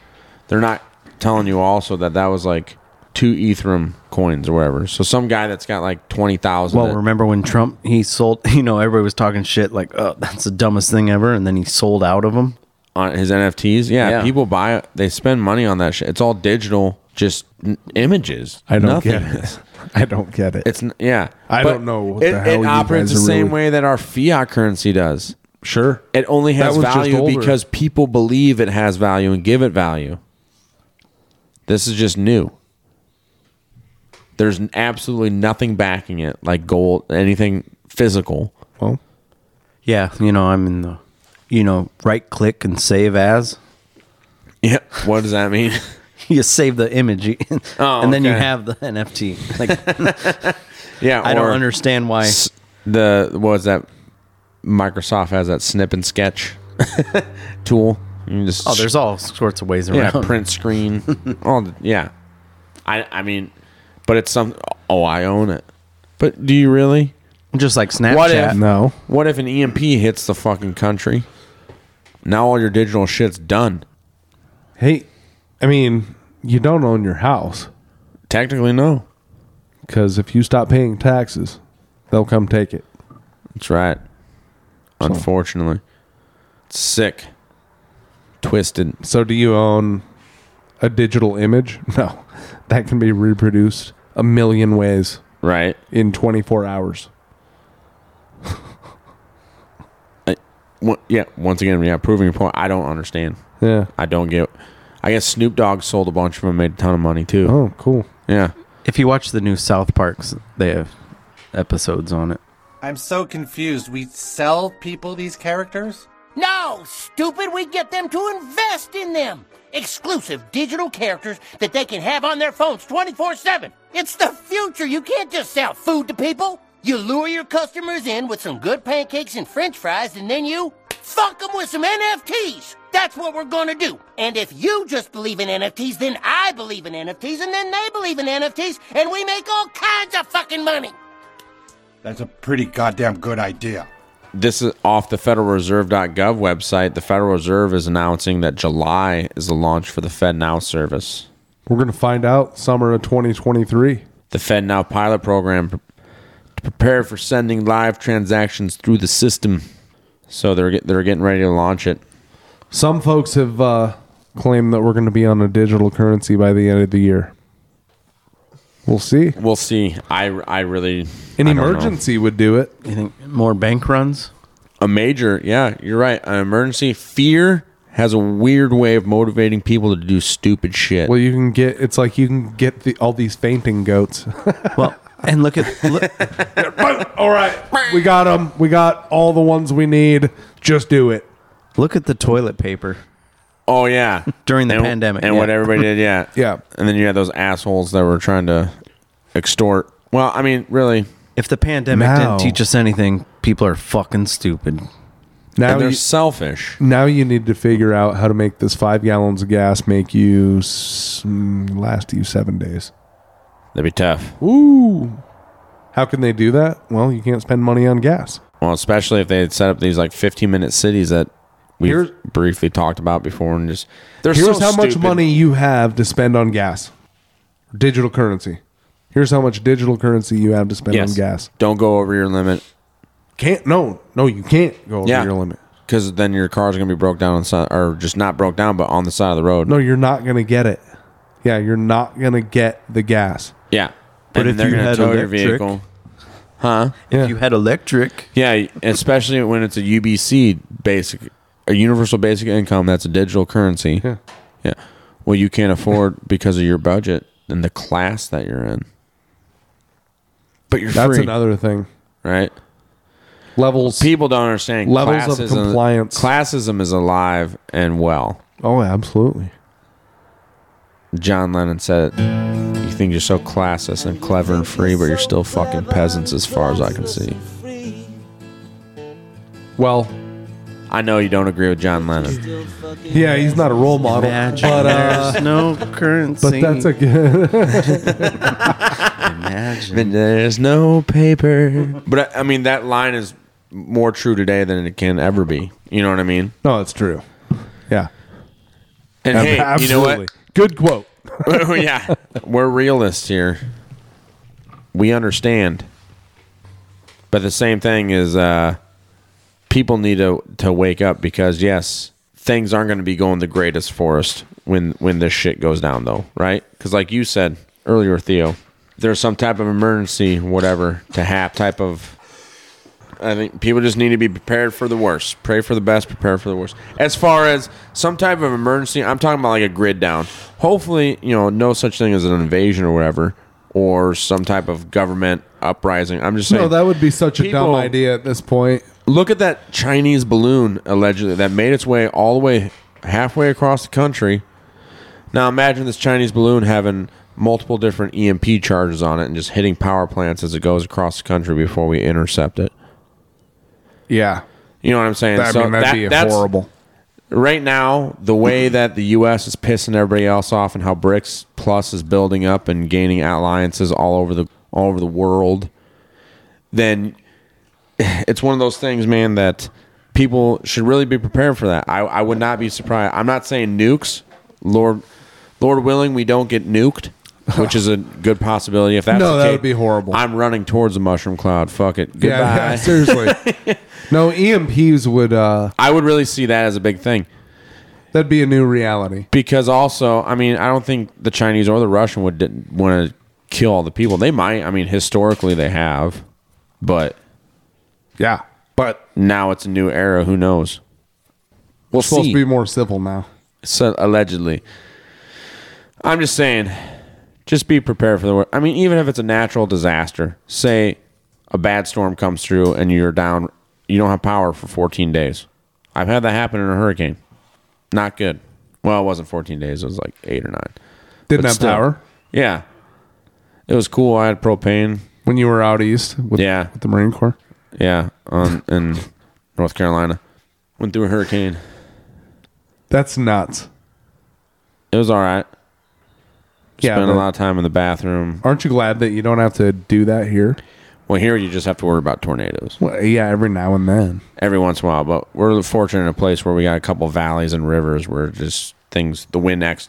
E: they're not telling you also that that was like two Ethereum coins or whatever. So some guy that's got like twenty thousand.
D: Well, remember when Trump he sold? [LAUGHS] You know, everybody was talking shit like, "Oh, that's the dumbest thing ever," and then he sold out of them.
E: on his NFTs, yeah,
D: Yeah.
E: people buy it. They spend money on that shit. It's all digital, just n- images.
F: I don't
E: Nothing.
F: get it. [LAUGHS] I don't get it.
E: It's n- yeah.
F: I
E: But
F: don't know what
E: it,
F: the hell
E: it
F: you
E: operates the
F: guys are
E: same
F: really-
E: way that our fiat currency does.
F: Sure.
E: It only
F: That
E: has
F: was just
E: value
F: older.
E: because people believe it has value and give it value. This is just new. There's absolutely nothing backing it, like gold, anything physical.
F: Well,
D: Yeah, you know, I'm in the, you know, right click and save as.
E: Yeah, what does that mean?
D: [LAUGHS] you save the image, [LAUGHS] you- and
E: Oh,
D: then you
E: okay.
D: have the [LAUGHS] NFT.
E: [LAUGHS]
D: Like,
E: Yeah,
D: I don't
E: or
D: understand why.
E: s- the what was that? Microsoft has that snip
D: [LAUGHS]
E: and sketch tool. You can just
D: Oh, there's all sorts of ways
E: yeah,
D: around.
E: print [LAUGHS] screen. all the, yeah. I I mean, but it's some. Oh, I own it. But do you really?
D: Just like Snapchat.
E: What if
F: No.
E: What if an EMP hits the fucking country? Now all your digital shit's done.
F: Hey, I mean, you don't own your house
E: Technically, no.
F: because if you stop paying taxes, they'll come take it.
E: That's right. Unfortunately, it's sick, twisted.
F: So, do you own a digital image? [LAUGHS] No, that can be reproduced a million ways
E: Right.
F: in 24 hours.
E: Wha- yeah, once again, yeah, proving your point. I don't understand.
F: Yeah.
E: I don't get. I guess Snoop Dogg sold a bunch of them, made a ton of money too.
F: Oh, cool.
E: Yeah,
D: If you watch the new South Parks, they have episodes on it.
L: I'm so confused. We sell people these characters?
M: No, stupid, we get them to invest in them. Exclusive digital characters that they can have on their phones 24 7. It's the future. You can't just sell food to people. You lure your customers in with some good pancakes and french fries, and then you fuck them with some NFTs. That's what we're going to do. And if you just believe in NFTs, then I believe in NFTs, and then they believe in NFTs, and we make all kinds of fucking money.
L: That's a pretty goddamn good idea.
E: this is off the FederalReserve.gov website. The Federal Reserve is announcing that July is the launch for the Fed Now service.
F: We're going to find out summer of 2023.
E: The Fed Now pilot program pre- to prepare for sending live transactions through the system. So they're get- they're getting ready to launch it.
F: Some folks have uh, claimed that we're going to be on a digital currency by the end of the year. We'll see.
E: We'll see. I I really
F: An
E: I don't know.
F: emergency would do it.
D: You think more bank runs?
E: a major yeah you're right an emergency fear has a weird way of motivating people to do stupid shit
F: Well, you can get. It's like you can get the, all these fainting goats. [LAUGHS]
D: Well, and look at look,
F: all right, we got them. We got all the ones we need. Just do it.
D: look at the toilet paper
E: oh yeah
D: during the
E: and,
D: pandemic
E: and
D: yeah.
E: what everybody did yeah
F: [LAUGHS] Yeah.
E: and then you had those assholes that were trying to extort well i mean really
D: If the pandemic
F: Now-
D: didn't teach us anything, people are fucking stupid.
F: Now
E: and they're
F: you,
E: selfish
F: now you need to figure out how to make this five gallons of gas make you s- mm, last you seven days.
E: that'd be tough
F: Ooh, how can they do that? Well, you can't spend money on gas.
E: well especially if they had set up these like 15 minute cities that we
F: Here's-
E: briefly talked about before and just they're
F: Here's
E: so
F: how much
E: stupid.
F: money you have to spend on gas, digital currency. Here's how much digital currency you have to spend
E: yes.
F: on gas.
E: don't go over your limit
F: Can't no no you can't go over
E: yeah
F: your limit.
E: because then your car's gonna be broke down on the side or just not broke down but on the side of the road
F: No, you're not gonna get it. Yeah, you're not gonna get the gas.
E: Yeah.
D: But
E: And
D: if
E: they're
D: you
E: gonna
D: had
E: tow your
D: electric-
E: vehicle. Huh?
D: If you had electric,
E: Yeah, especially when it's a UBC basic a universal basic income that's a digital currency. Yeah. Yeah. Well, you can't afford because of your budget and the class that you're in. But you're
F: That's
E: free,
F: another thing.
E: right?
F: Levels.
E: People don't understand
F: Levels of
E: classism-
F: compliance.
E: Classism is alive and well.
F: Oh, absolutely.
E: John Lennon said it. You think you're so classist and clever and free, but you're still fucking peasants as far as I can see.
F: Well,
E: I know you don't agree with John Lennon.
F: Yeah, he's not a role model.
D: Imagine
F: but uh,
D: [LAUGHS] there's no
F: But
D: currency.
F: that's a
D: [LAUGHS]
F: good.
D: Imagine.
E: Then there's no paper. But I, I mean, that line is more true today than it can ever be. You know what I mean?
F: no, it's true. Yeah.
E: And
F: Ab-
E: hey, you know
F: absolutely.
E: what? [LAUGHS]
F: Good quote.
E: yeah, we're realists here. We understand, but the same thing is, uh, people need to to wake up because yes, things aren't going to be going the greatest for us when when this shit goes down, though, right? Because like you said earlier, Theo, there's some type of emergency, whatever, to happen. Type of, I think people just need to be prepared for the worst. Pray for the best. Prepare for the worst. As far as some type of emergency, I'm talking about like a grid down. Hopefully, you know, no such thing as an invasion or whatever, or some type of government uprising. I'm just saying.
F: No, that would be such a dumb
E: People-
F: idea at this point.
E: Look at that Chinese balloon allegedly that made its way all the way halfway across the country. Now imagine this Chinese balloon having multiple different EMP charges on it and just hitting power plants as it goes across the country before we intercept it.
F: Yeah.
E: You know what I'm saying?
F: I mean, that'd be
E: that's-
F: horrible.
E: Right now, the way [LAUGHS] that the U.S. is pissing everybody else off, and how BRICS Plus is building up and gaining alliances all over the all over the world, then [LAUGHS] it's one of those things, man, that people should really be prepared for that. I, I would not be surprised. I'm not saying nukes, Lord, Lord willing, we don't get
F: [LAUGHS]
E: nuked, which is a good possibility. If that's
F: No,
E: the
F: that
E: case,
F: would be horrible.
E: I'm running towards a mushroom cloud. Fuck it. Goodbye.
F: Yeah, [LAUGHS] yeah, seriously.
E: [LAUGHS]
F: no, EMPs would uh
E: I would really see that as a big thing.
F: that'd be a new reality.
E: Because also, I mean, I don't think the Chinese or the Russian would d- want to kill all the people. They might. I mean, historically they have, but
F: yeah. But
E: now it's a new era. Who knows? We'll
F: It's supposed
E: see.
F: to be more civil now.
E: So, allegedly, I'm just saying, just be prepared for the. wor- I mean, even if it's a natural disaster, say a bad storm comes through and you're down, you don't have power for 14 days. I've had that happen in a hurricane. Not good. Well, it wasn't 14 days. It was like eight or nine.
F: Didn't
E: But
F: have
E: still.
F: power
E: Yeah. It was cool. I had propane.
F: when you were out east with,
E: Yeah.
F: with the Marine Corps.
E: Yeah. On in North Carolina. Went through a hurricane.
F: That's nuts.
E: It was all right.
F: Yeah,
E: Spent a
F: but-
E: lot of time in the bathroom.
F: Aren't you glad that you don't have to do that here?
E: Well, here you just have to worry about tornadoes
F: Well, yeah, every now and then.
E: every once in a while. But we're fortunate in a place where we got a couple valleys and rivers where just things, the wind acts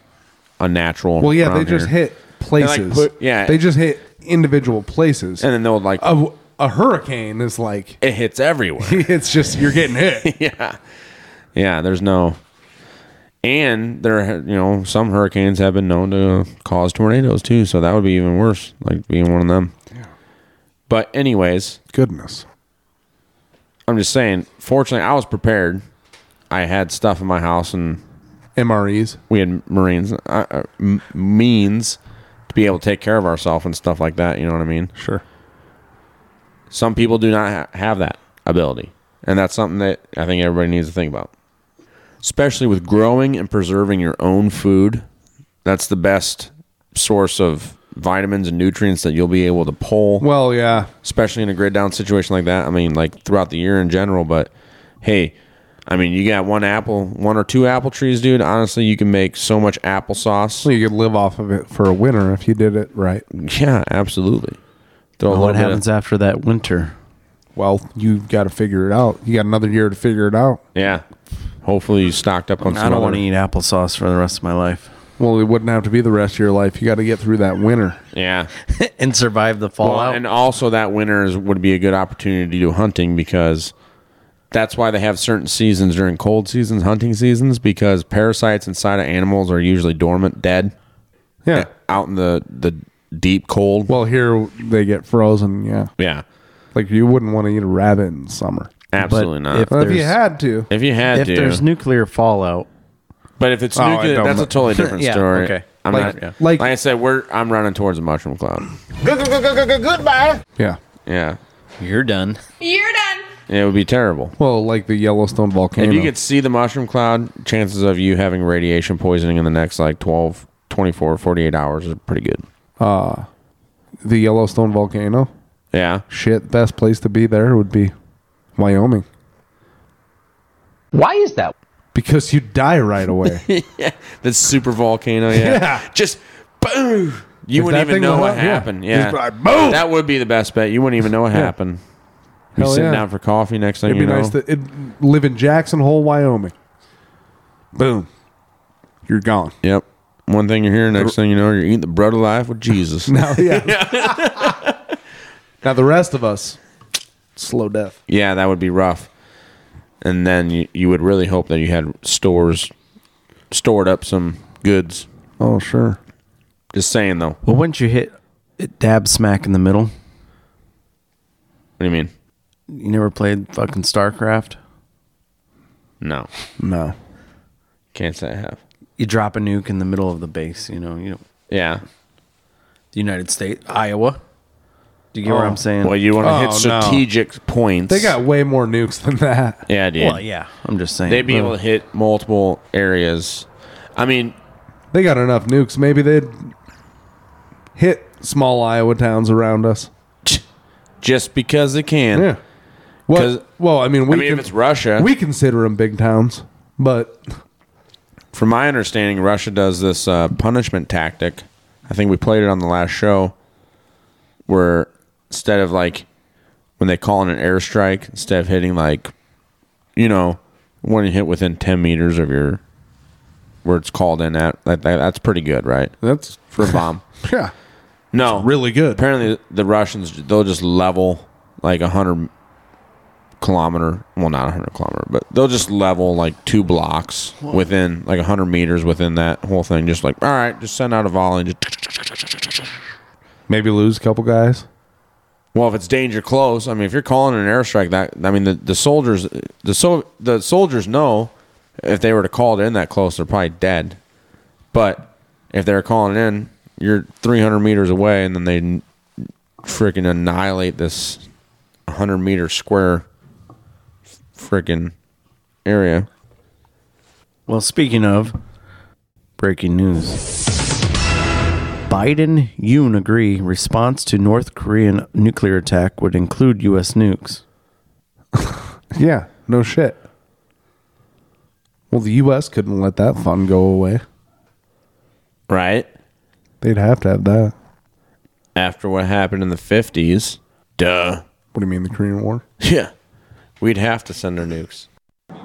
E: unnatural.
F: Well, yeah,
E: around
F: they just
E: here.
F: hit places.
E: put- yeah.
F: they just hit individual places.
E: And then they'll like,
F: a, a hurricane is like
E: it hits everywhere.
F: [LAUGHS] it's just you're getting hit.
E: [LAUGHS] yeah. Yeah, there's no. And there, ha- you know, some hurricanes have been known to cause tornadoes too, so that would be even worse, like being one of them. But anyways,
F: Goodness.
E: I'm just saying. Fortunately, I was prepared. I had stuff in my house, and
F: MREs.
E: we had Marines uh, uh, m- means to be able to take care of ourselves and stuff like that. You know what I mean?
F: Sure.
E: Some people do not ha- have that ability, and that's something that I think everybody needs to think about. Especially with growing and preserving your own food, that's the best source of vitamins and nutrients that you'll be able to pull
F: Well, yeah.
E: especially in a grid down situation like that. I mean, like throughout the year in general, but hey, I mean, you got one apple, one or two apple trees, dude. Honestly, you can make so much applesauce.
F: You could live off of it for a winter if you did it right.
E: Yeah, absolutely. Throw
D: Well,
E: a little
D: what
E: bit of-
D: happens after that winter?
F: Well, you've got to figure it out. You got another year to figure it out.
E: yeah. Hopefully, you stocked up on some.
D: I don't want
E: other-
D: to eat applesauce for the rest of my life [LAUGHS]
F: Well, it wouldn't have to be the rest of your life. You got to get through that winter.
E: Yeah.
D: and survive the
E: Well,
D: fallout.
E: and also that winter is, would be a good opportunity to do hunting because that's why they have certain seasons during cold seasons, hunting seasons, because parasites inside of animals are usually dormant, dead. eh,
F: Yeah.
E: Out in the the deep cold.
F: Well, here they get frozen. Yeah.
E: Yeah.
F: Like you wouldn't want to eat a rabbit in summer.
E: Absolutely not.
F: Well, if you
E: there's-
F: had to.
E: if you had
D: if
E: to,
D: there's nuclear fallout,
E: but if it's
D: Oh, I
E: nuclear,
D: don't
E: that's
D: know.
E: a
D: [LAUGHS]
E: totally different
D: Yeah,
E: story.
D: okay.
E: I'm
D: Like-
E: not, yeah.
D: like-
E: like, I said, we're I'm running towards a mushroom cloud.
H: Goodbye.
F: Yeah.
E: Yeah.
D: You're done.
H: You're done.
E: It would be terrible.
F: Well, like the Yellowstone volcano.
E: If you could see the mushroom cloud, chances of you having radiation poisoning in the next like 12, 24, 48 hours are pretty good.
F: uh, the Yellowstone volcano.
E: Yeah.
F: Shit, best place to be there would be Wyoming.
C: Why is that?
F: Because you die right away.
E: [LAUGHS] yeah. That super volcano. Yeah.
F: Yeah.
E: Just boom.
F: If
E: You
F: that
E: wouldn't even
F: thing
E: know
F: went
E: what
F: up, yeah.
E: happened.
F: Just
E: Yeah.
F: like, boom!
E: That would be the best bet. You wouldn't even know what
F: Yeah.
E: happened. You're
F: Hell
E: sitting
F: yeah.
E: down for coffee [LAUGHS] next thing
F: It'd be
E: you know.
F: nice to it, live in Jackson Hole, Wyoming. [LAUGHS] Boom. You're gone.
E: Yep. One thing you're hearing, next thing you know, you're eating the bread of life with Jesus.
F: [LAUGHS] Now, yeah.
E: [LAUGHS]
F: now the rest of us, slow death.
E: Yeah, that would be rough. And then you, you would really hope that you had stores stored up some goods.
F: Oh sure.
E: Just saying though.
D: well, wouldn't you hit it dab smack in the middle?
E: What do you mean?
D: You never played fucking StarCraft?
E: No.
F: No.
E: Can't say I have.
D: You drop a nuke in the middle of the base, you know, you know.
E: Yeah.
D: The United States, Iowa. Do you get what I'm saying?
E: Well, you want to
F: Oh,
E: hit
F: no.
E: strategic points.
F: They got way more nukes than that.
E: Yeah, dude.
D: Well, yeah. I'm just saying.
E: They'd be able to hit multiple areas. I mean,
F: They got enough nukes. Maybe they'd hit small Iowa towns around us.
E: just because they can.
F: Yeah. Well, well, I mean, we
E: I mean,
F: can,
E: if it's Russia,
F: we consider them big towns, but
E: from my understanding, Russia does this uh, punishment tactic. I think we played it on the last show, where instead of like when they call in an airstrike, instead of hitting like, you know, when you hit within ten meters of your where it's called in at, that, that that's pretty good, right?
F: That's
E: for a bomb.
F: yeah,
E: No,
F: really good.
E: Apparently, the Russians they'll just level like a hundred kilometer. Well, not a hundred kilometer, but they'll just level like two blocks within like a hundred meters within that whole thing. Just like all right, just send out a volley. and Just
F: maybe lose a couple guys.
E: well, if it's danger close, I mean, if you're calling an airstrike, that I mean, the, the soldiers, the so the soldiers know if they were to call it in that close, they're probably dead. But if they're calling in, you're 300 meters away, and then they n- freaking annihilate this 100 meter square freaking area.
D: Well, speaking of breaking news, Biden Yoon agree response to North Korean nuclear attack would include U.S. nukes.
F: Yeah, no shit. Well, the U.S. couldn't let that fun go away.
E: Right
F: They'd have to have that.
E: after what happened in the 50s, duh.
F: What do you mean, the Korean War?
E: Yeah, we'd have to send our nukes.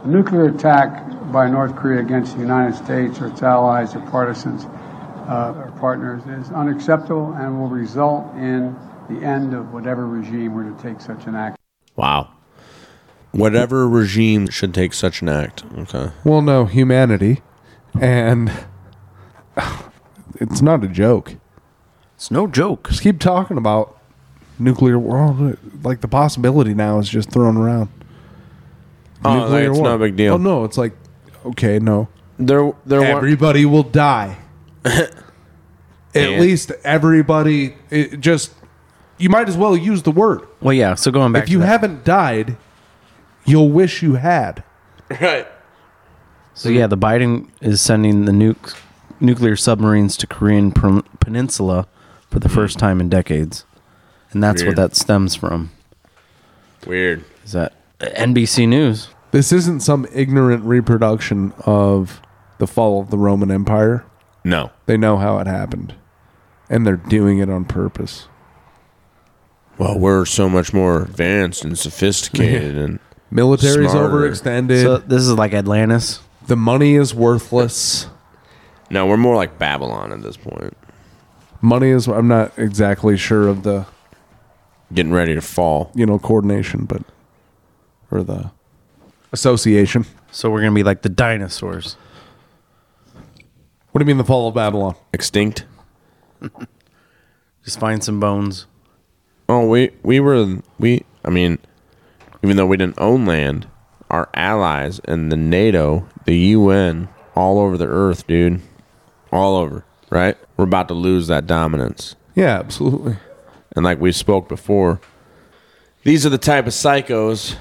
N: Nuclear attack by North Korea against the United States or its allies or partisans uh, or partners is unacceptable and will result in the end of whatever regime were to take such an action.
E: Wow. Whatever regime should take such an act. Okay.
F: Well, no, humanity, and it's not a joke.
D: It's no joke.
F: Just keep talking about nuclear war. Like the possibility now is just thrown around.
E: Oh, like, it's no big deal.
F: Oh no, it's like okay, no.
E: There, there. wa-
F: Everybody will
E: [LAUGHS]
F: die. At
E: And-
F: least everybody. It just you might as well use the word.
D: Well, yeah. So going back,
F: if
D: to
F: you
D: that-
F: haven't died, you'll wish you had.
E: Right.
D: so yeah, the Biden is sending the nuke nuclear submarines to Korean pen- peninsula for the first time in decades, and that's
E: Hmm. Weird.
D: what that stems from.
E: Weird.
D: Is that NBC News?
F: This isn't some ignorant reproduction of the fall of the Roman Empire.
E: No.
F: They know how it happened, and they're doing it on purpose.
E: Well, we're so much more advanced and sophisticated and
F: Military's
E: smarter.
F: overextended.
D: So this is like Atlantis.
F: the money is worthless.
E: No, we're more like Babylon at this point,
F: Money is. I'm not exactly sure of the
E: getting ready to fall.
F: you know coordination, but or the association.
D: So we're gonna be like the dinosaurs.
F: What do you mean the fall of Babylon?
E: Extinct.
D: Just find some bones.
E: Oh, we we were we. I mean, even though we didn't own land, our allies and the NATO, the UN, all over the earth, dude, all over, right? We're about to lose that dominance.
F: Yeah, absolutely.
E: And like we spoke before, these are the type of psychos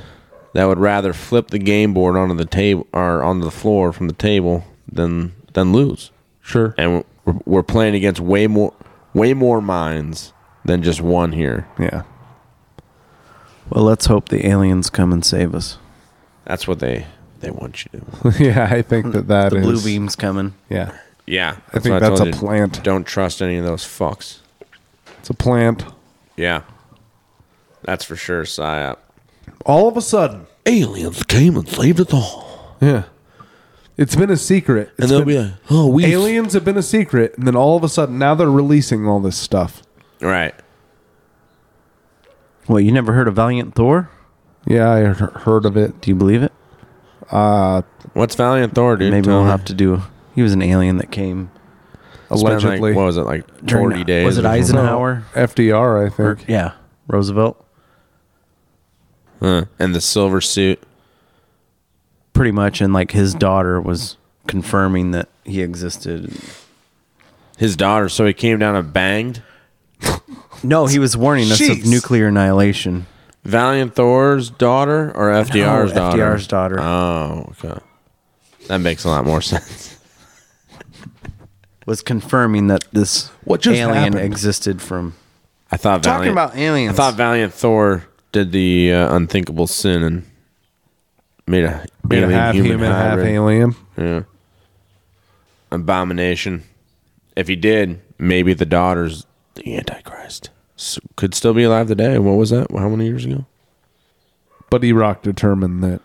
E: that would rather flip the game board onto the table or onto the floor from the table than than lose.
F: Sure.
E: And we're, we're playing against way more way more minds than just one here.
F: Yeah.
D: Well, let's hope the aliens come and save us.
E: That's what they they want you
F: [LAUGHS]
E: to.
F: yeah, I think that that
D: the
F: is-
D: blue beam's coming.
F: Yeah.
E: Yeah,
F: I think
E: what
F: that's
E: told
F: a
E: you.
F: plant.
E: Don't trust any of those fucks.
F: It's a plant.
E: Yeah, that's for sure. Psyop.
F: All of a sudden,
E: aliens came and saved us all.
F: Yeah. It's been a secret.
E: And
F: It's
E: they'll
F: been-
E: be like, "Oh, we-
F: aliens have been a secret, and then all of a sudden, now they're releasing all this stuff.
E: Right.
D: Well, you never heard of Valiant Thor?
F: Yeah, I he- heard of it.
D: Do you believe it?
F: Uh,
E: What's Valiant Thor, dude?
D: Maybe
E: Tell
D: we'll
E: me.
D: have to do. He was an alien that came.
E: It's been, like, what was it like?
D: During-
E: Forty days.
D: Was it
E: or something?
F: Oh,
D: Eisenhower?
F: FDR, I
D: Or,
F: think.
D: yeah, Roosevelt.
E: Huh. And the silver suit.
D: Pretty much, and like his daughter was confirming that he existed.
E: His daughter. So he came down and banged.
D: No, he was warning us
E: Jeez.
D: of nuclear annihilation.
E: Valiant Thor's daughter or FDR's
D: No,
E: daughter?
D: FDR's daughter.
E: Oh, okay. That makes a lot more [LAUGHS] sense.
D: Was confirming that this
F: What just
D: alien
F: happened?
D: existed from.
E: I thought
D: Talking
E: Valiant,
D: about aliens.
E: I thought Valiant Thor did the uh, unthinkable sin and made a
F: Made a
E: alien
F: half human, half
E: hybrid.
F: alien.
E: Yeah. Abomination. If he did, maybe the daughter's the Antichrist. S could still be alive today. What was that? How many years ago?
F: But Iraq determined that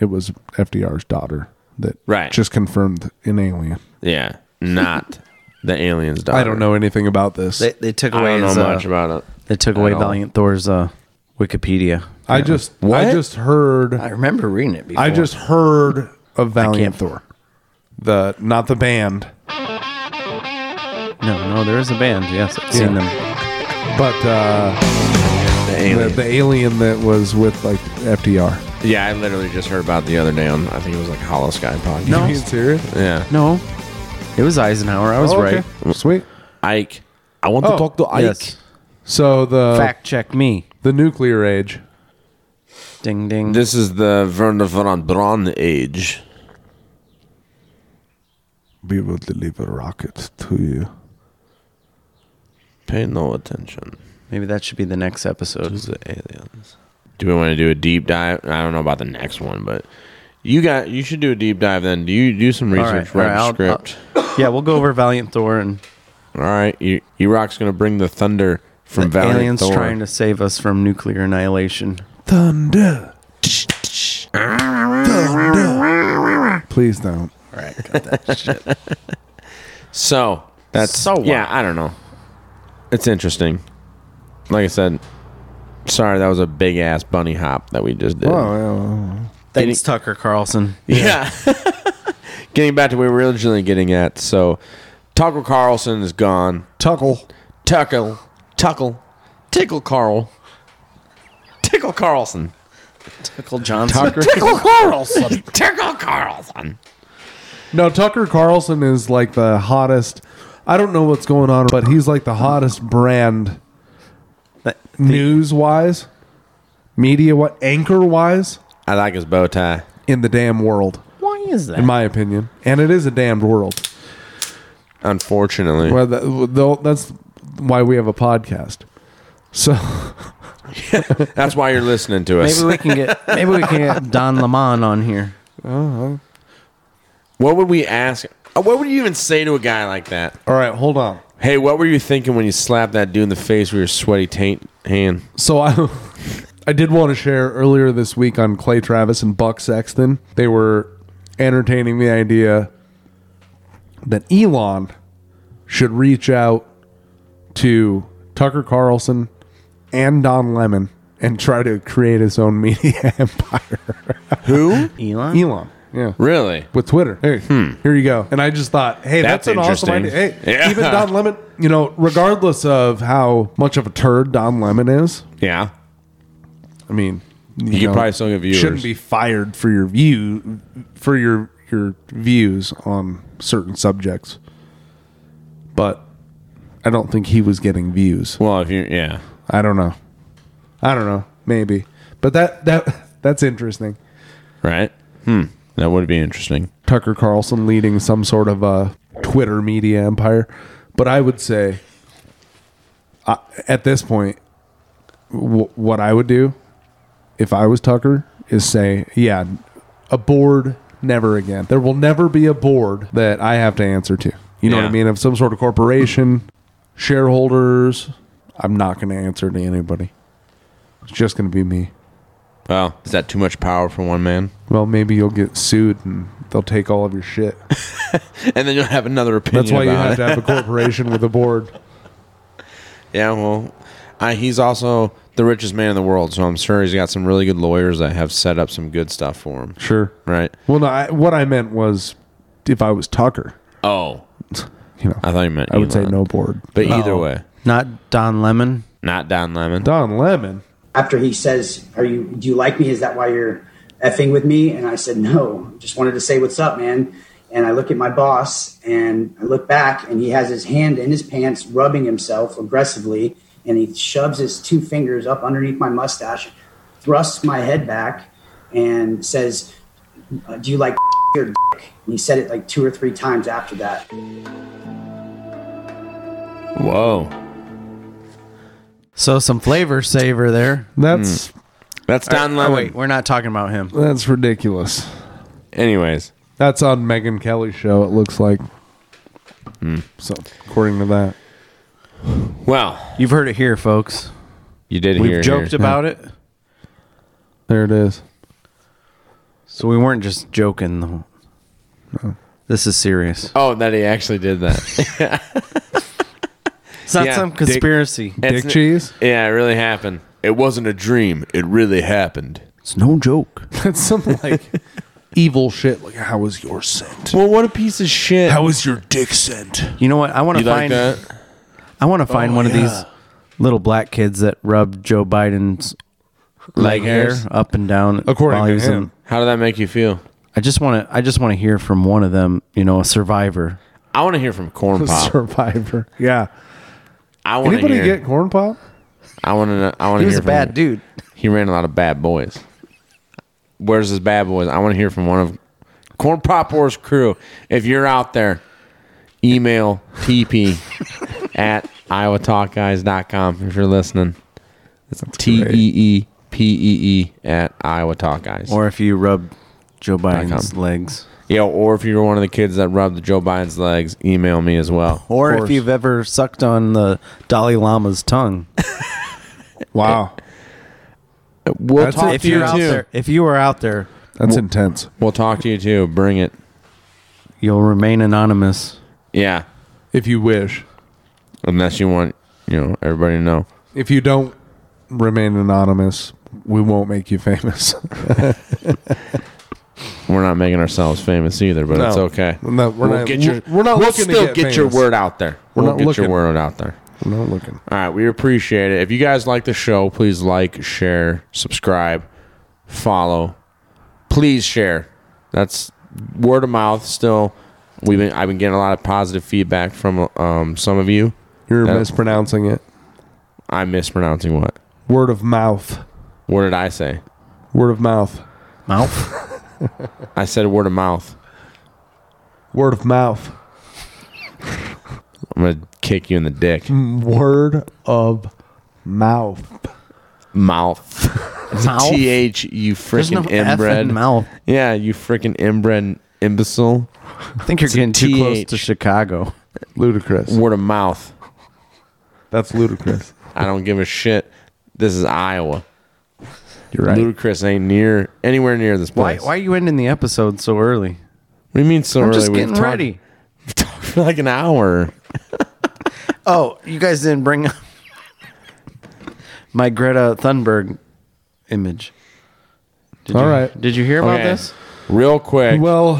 F: it was FDR's daughter that
E: Right.
F: just confirmed an alien.
E: Yeah,
F: [LAUGHS]
E: not the alien's daughter.
F: I don't know anything about this.
D: They, they took
E: I
D: away.
E: don't know
D: his, uh,
E: much about it.
D: They took
E: at
D: away
E: all.
D: Valiant Thor's uh, Wikipedia.
F: I just I just heard
D: I remember reading it. Before.
F: I just heard of Valiant Thor. The not the band,
D: no, no. There is a band. Yes, I've seen them.
F: but uh,
E: The
F: the,
E: alien.
F: the alien that was with like FDR.
E: yeah, I literally just heard about it the other day on. I think it was like Hollow Sky podcast. [LAUGHS]
F: No. You serious?
E: Yeah.
D: No, it was Eisenhower. I was
F: Oh, okay.
D: right.
F: Sweet.
E: Ike. I want to
F: Oh,
E: talk to Ike.
D: Yes.
F: So the
D: Fact check me.
F: the nuclear age.
D: Ding ding.
E: This is the Werner von Braun age.
F: We will deliver rockets to you.
E: Pay no attention
D: Maybe that should be the next episode.
E: to the aliens. Do we want to do a deep dive? I don't know about the next one, but you got you should do a deep dive. Then do you do some
D: All
E: research,
D: all
E: write a
D: I'll-
E: script.
D: I'll- yeah, we'll go over Valiant Thor and
E: all right, you, Iraq's gonna bring the thunder from
D: the
E: Valiant
D: aliens
E: Thor.
D: trying to save us from nuclear annihilation.
F: Thunder. Thunder. Please don't.
E: [LAUGHS] So that's
D: So what?
E: yeah. I don't know. It's interesting. Like I said, sorry that was a big ass bunny hop that we just did.
F: Oh,
D: Thanks, Tucker Carlson.
E: Yeah. getting back to where we were originally getting at. So Tucker Carlson is gone.
F: Tuckle.
E: Tuckle. Tuckle. Tickle Carl. Tickle Carlson.
D: Tucker Johnson.
E: Tickle Carlson. Tickle Carlson.
F: No, Tucker Carlson is like the hottest. I don't know what's going on, but he's like the hottest brand
D: That-
F: news wise, media what anchor wise
E: I like his bow tie.
F: in the damn world,
D: Why is that?
F: in my opinion. And it is a damned world.
E: Unfortunately.
F: Well, that, though, that's why we have a podcast. So
E: That's why you're listening to us.
D: maybe we can get maybe we can get Don Lemon on here.
F: Oh,
E: what would we ask? uh, What would you even say to a guy like that?
F: all right, hold on.
E: Hey, what were you thinking when you slapped that dude in the face with your sweaty taint hand?
F: So I, [LAUGHS] I did want to share earlier this week on Clay Travis and Buck Sexton. They were entertaining the idea that Elon should reach out to Tucker Carlson and Don Lemon and try to create his own [LAUGHS] media empire. [LAUGHS]
E: Who?
D: Elon.
F: Elon, yeah.
E: Really? Hmm.
F: With Twitter, hey, here you go. And I just thought, hey, that's,
E: That's
F: an awesome idea.
E: interesting.
F: Hey,
E: [LAUGHS] Yeah.
F: even Don Lemon, you know, regardless of how much of a turd Don Lemon is,
E: Yeah.
F: I mean,
E: You could probably still get viewers.
F: Shouldn't be fired for your view for your your views on certain subjects. But I don't think he was getting views.
E: Well, if you yeah,
F: I don't know. I don't know. Maybe. But that that [LAUGHS] that's interesting.
E: right? Hmm. That would be interesting.
F: Tucker Carlson leading some sort of a Twitter media empire. But I would say, I, at this point, w- what I would do if I was Tucker is say, yeah, a board never again. There will never be a board that I have to answer to. You know what
E: Yeah.
F: I mean? Of some sort of corporation, shareholders, I'm not going to answer to anybody. It's just going to be me.
E: Well, is that too much power for one man? [LAUGHS]
F: Well, maybe you'll get sued and they'll take all of your shit.
E: And then you'll have another opinion.
F: That's why you have
E: about it. [LAUGHS]
F: to have a corporation with a board.
E: Yeah, well, I, he's also the richest man in the world, so I'm sure he's got some really good lawyers that have set up some good stuff for him.
F: Sure.
E: Right.
F: [LAUGHS] Well, no, I, what I meant was if I was Tucker,
E: Oh.
F: [LAUGHS] You know,
E: I thought you meant.
F: I would say
E: Elon.
F: no board.
E: But either way,
D: Not Don Lemon.
E: not Don Lemon.
F: Don Lemon.
O: After he says, "Are you? Do you like me? Is that why you're effing with me?" And I said, "No, just wanted to say what's up, man." And I look at my boss, and I look back, and he has his hand in his pants, rubbing himself aggressively, and he shoves his two fingers up underneath my mustache, thrusts my head back, and says, uh, "Do you like your dick?" And he said it like two or three times after that.
E: Whoa.
D: So some flavor saver there. Oh,
F: That's
E: Hmm. that's Don Lemon.
D: wait, we're not talking about him.
F: That's ridiculous.
E: Anyways,
F: That's on Megan Kelly's show. It looks like.
D: Hmm.
F: So according to that,
E: well,
D: you've heard it here, folks.
E: You did.
D: We've
E: hear it
D: joked
E: here.
D: about it,
F: there it is.
D: so we weren't just joking. The whole- This is serious.
E: [LAUGHS] Oh, that he actually did that.
D: [LAUGHS] It's not
E: Yeah.
D: some
E: Dick-
D: conspiracy.
E: It's- Yeah, it really happened. It wasn't a dream. It really happened.
D: It's no joke.
F: [LAUGHS] That's something like evil shit. Like how was your scent?
E: Well, what a piece of shit.
F: How was your dick scent?
D: You know what? I want to
F: You like
D: find. [LAUGHS]
F: that?
D: I want to find
F: Oh,
D: one
F: yeah.
D: of these little black kids that rub Joe Biden's leg
E: Leg
D: hair
E: hairs?
D: up and down.
E: According
D: while
E: to
D: he was
E: him. How did that make you feel?
D: I just want to. I just want to hear from one of them. You know, a survivor.
E: I want to hear
D: [LAUGHS]
E: from Corn Pop.
F: Survivor. Yeah.
E: I want to
F: Anybody
E: hear.
F: get corn pop?
E: I want to. I want to.
D: He was
E: hear
D: a
E: from-
D: bad dude.
E: He ran a lot of bad boys. Where's his bad boys? I want to hear from one of Corn Pop Wars crew. If you're out there, email
D: [LAUGHS]
E: TP at iowatalkguys.com if you're listening. It's T E E P E E at iowatalkguys.
D: Or if you rub Joe Biden's
E: com.
D: legs.
E: Yeah, or if you're one of the kids that rubbed Joe Biden's legs, email me as well.
D: Or if you've ever sucked on the Dalai Lama's
E: [LAUGHS]
D: tongue.
F: wow.
E: We'll
F: That's
E: talk
F: it.
D: If
E: to you
D: you're out
E: too.
D: there, if you are out there,
F: That's intense.
E: We'll talk to you too. Bring it.
D: you'll remain anonymous.
E: Yeah.
F: If you wish.
E: Unless you want, you know, everybody to know.
F: If you don't remain anonymous, we won't make you famous. [LAUGHS]
E: We're not making ourselves famous either, but
F: No.
E: it's okay.
F: No, we're
E: We'll
F: not-
E: get your,
F: we're not
E: we'll
F: looking to
E: still
F: get
E: your
F: famous.
E: word out there.
F: We're
E: We'll
F: not
E: get your
F: looking.
E: word out there.
F: I'm not looking.
E: All right, we appreciate it. If you guys like the show, please like, share, subscribe, follow. Please share. That's word of mouth. Still, we've been I've been getting a lot of positive feedback from um, some of you.
F: You're
E: That-
F: mispronouncing it.
E: I'm mispronouncing what?
F: Word of mouth.
E: What did I say?
F: Word of mouth. [LAUGHS]
D: Mouth.
E: I said word of mouth.
F: Word of mouth.
E: I'm gonna kick you in the dick.
F: Word of mouth.
E: Mouth. It's a [LAUGHS]
F: Mouth?
E: Th. You
D: There's no
E: freaking
D: F in
E: inbred
D: mouth.
E: Yeah, you freaking inbred imbecile.
D: I think you're
E: It's a
D: getting too close
E: TH.
D: to Chicago.
F: Ludicrous.
E: Word of mouth.
F: That's ludicrous.
E: [LAUGHS] I don't give a shit. This is Iowa.
F: You're right.
E: Ludacris ain't near anywhere near this
D: Why,
E: place.
D: why are you ending the episode so early?
E: What do you mean so
D: I'm
E: early?
D: just
E: We've
D: getting
E: talked-
D: ready.
E: we've [LAUGHS] talked for like an hour.
D: Oh, you guys didn't bring up my Greta Thunberg image. Did
F: All
D: you,
F: right.
D: Did you hear about
E: Okay.
D: this?
E: Real quick,
F: Well,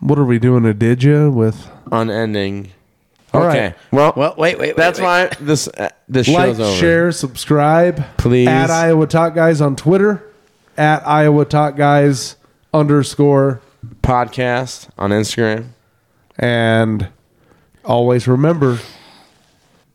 F: what are we doing? A did ya with
E: unending
D: All
E: okay.
D: right.
E: Well,
D: well, wait, wait.
E: That's
D: wait.
E: why this uh, this
F: like,
E: show's over.
F: share, subscribe.
E: Please.
F: At Iowa Talk Guys on Twitter. At Iowa Talk Guys underscore
E: podcast on Instagram.
F: And always remember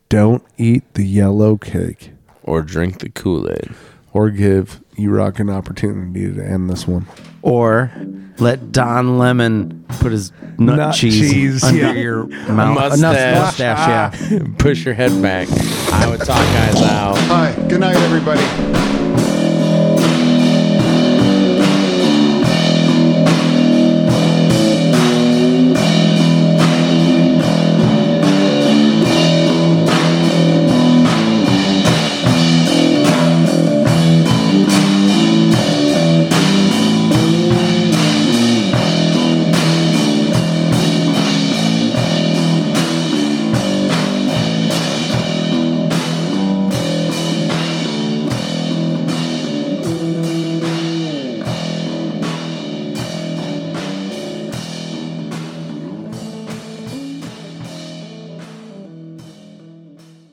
F: don't eat the yellow cake
E: or drink the Kool Aid
F: or give E Rock an opportunity to end this one.
D: Or let Don Lemon put his nut,
F: Nut
D: cheese,
F: cheese,
D: under
F: yeah.
D: your
F: A
D: mouth.
E: mustache.
D: Enough
E: [LAUGHS]
D: mustache, yeah.
E: Push your head back. I would talk guys out.
T: Hi. Good night, everybody.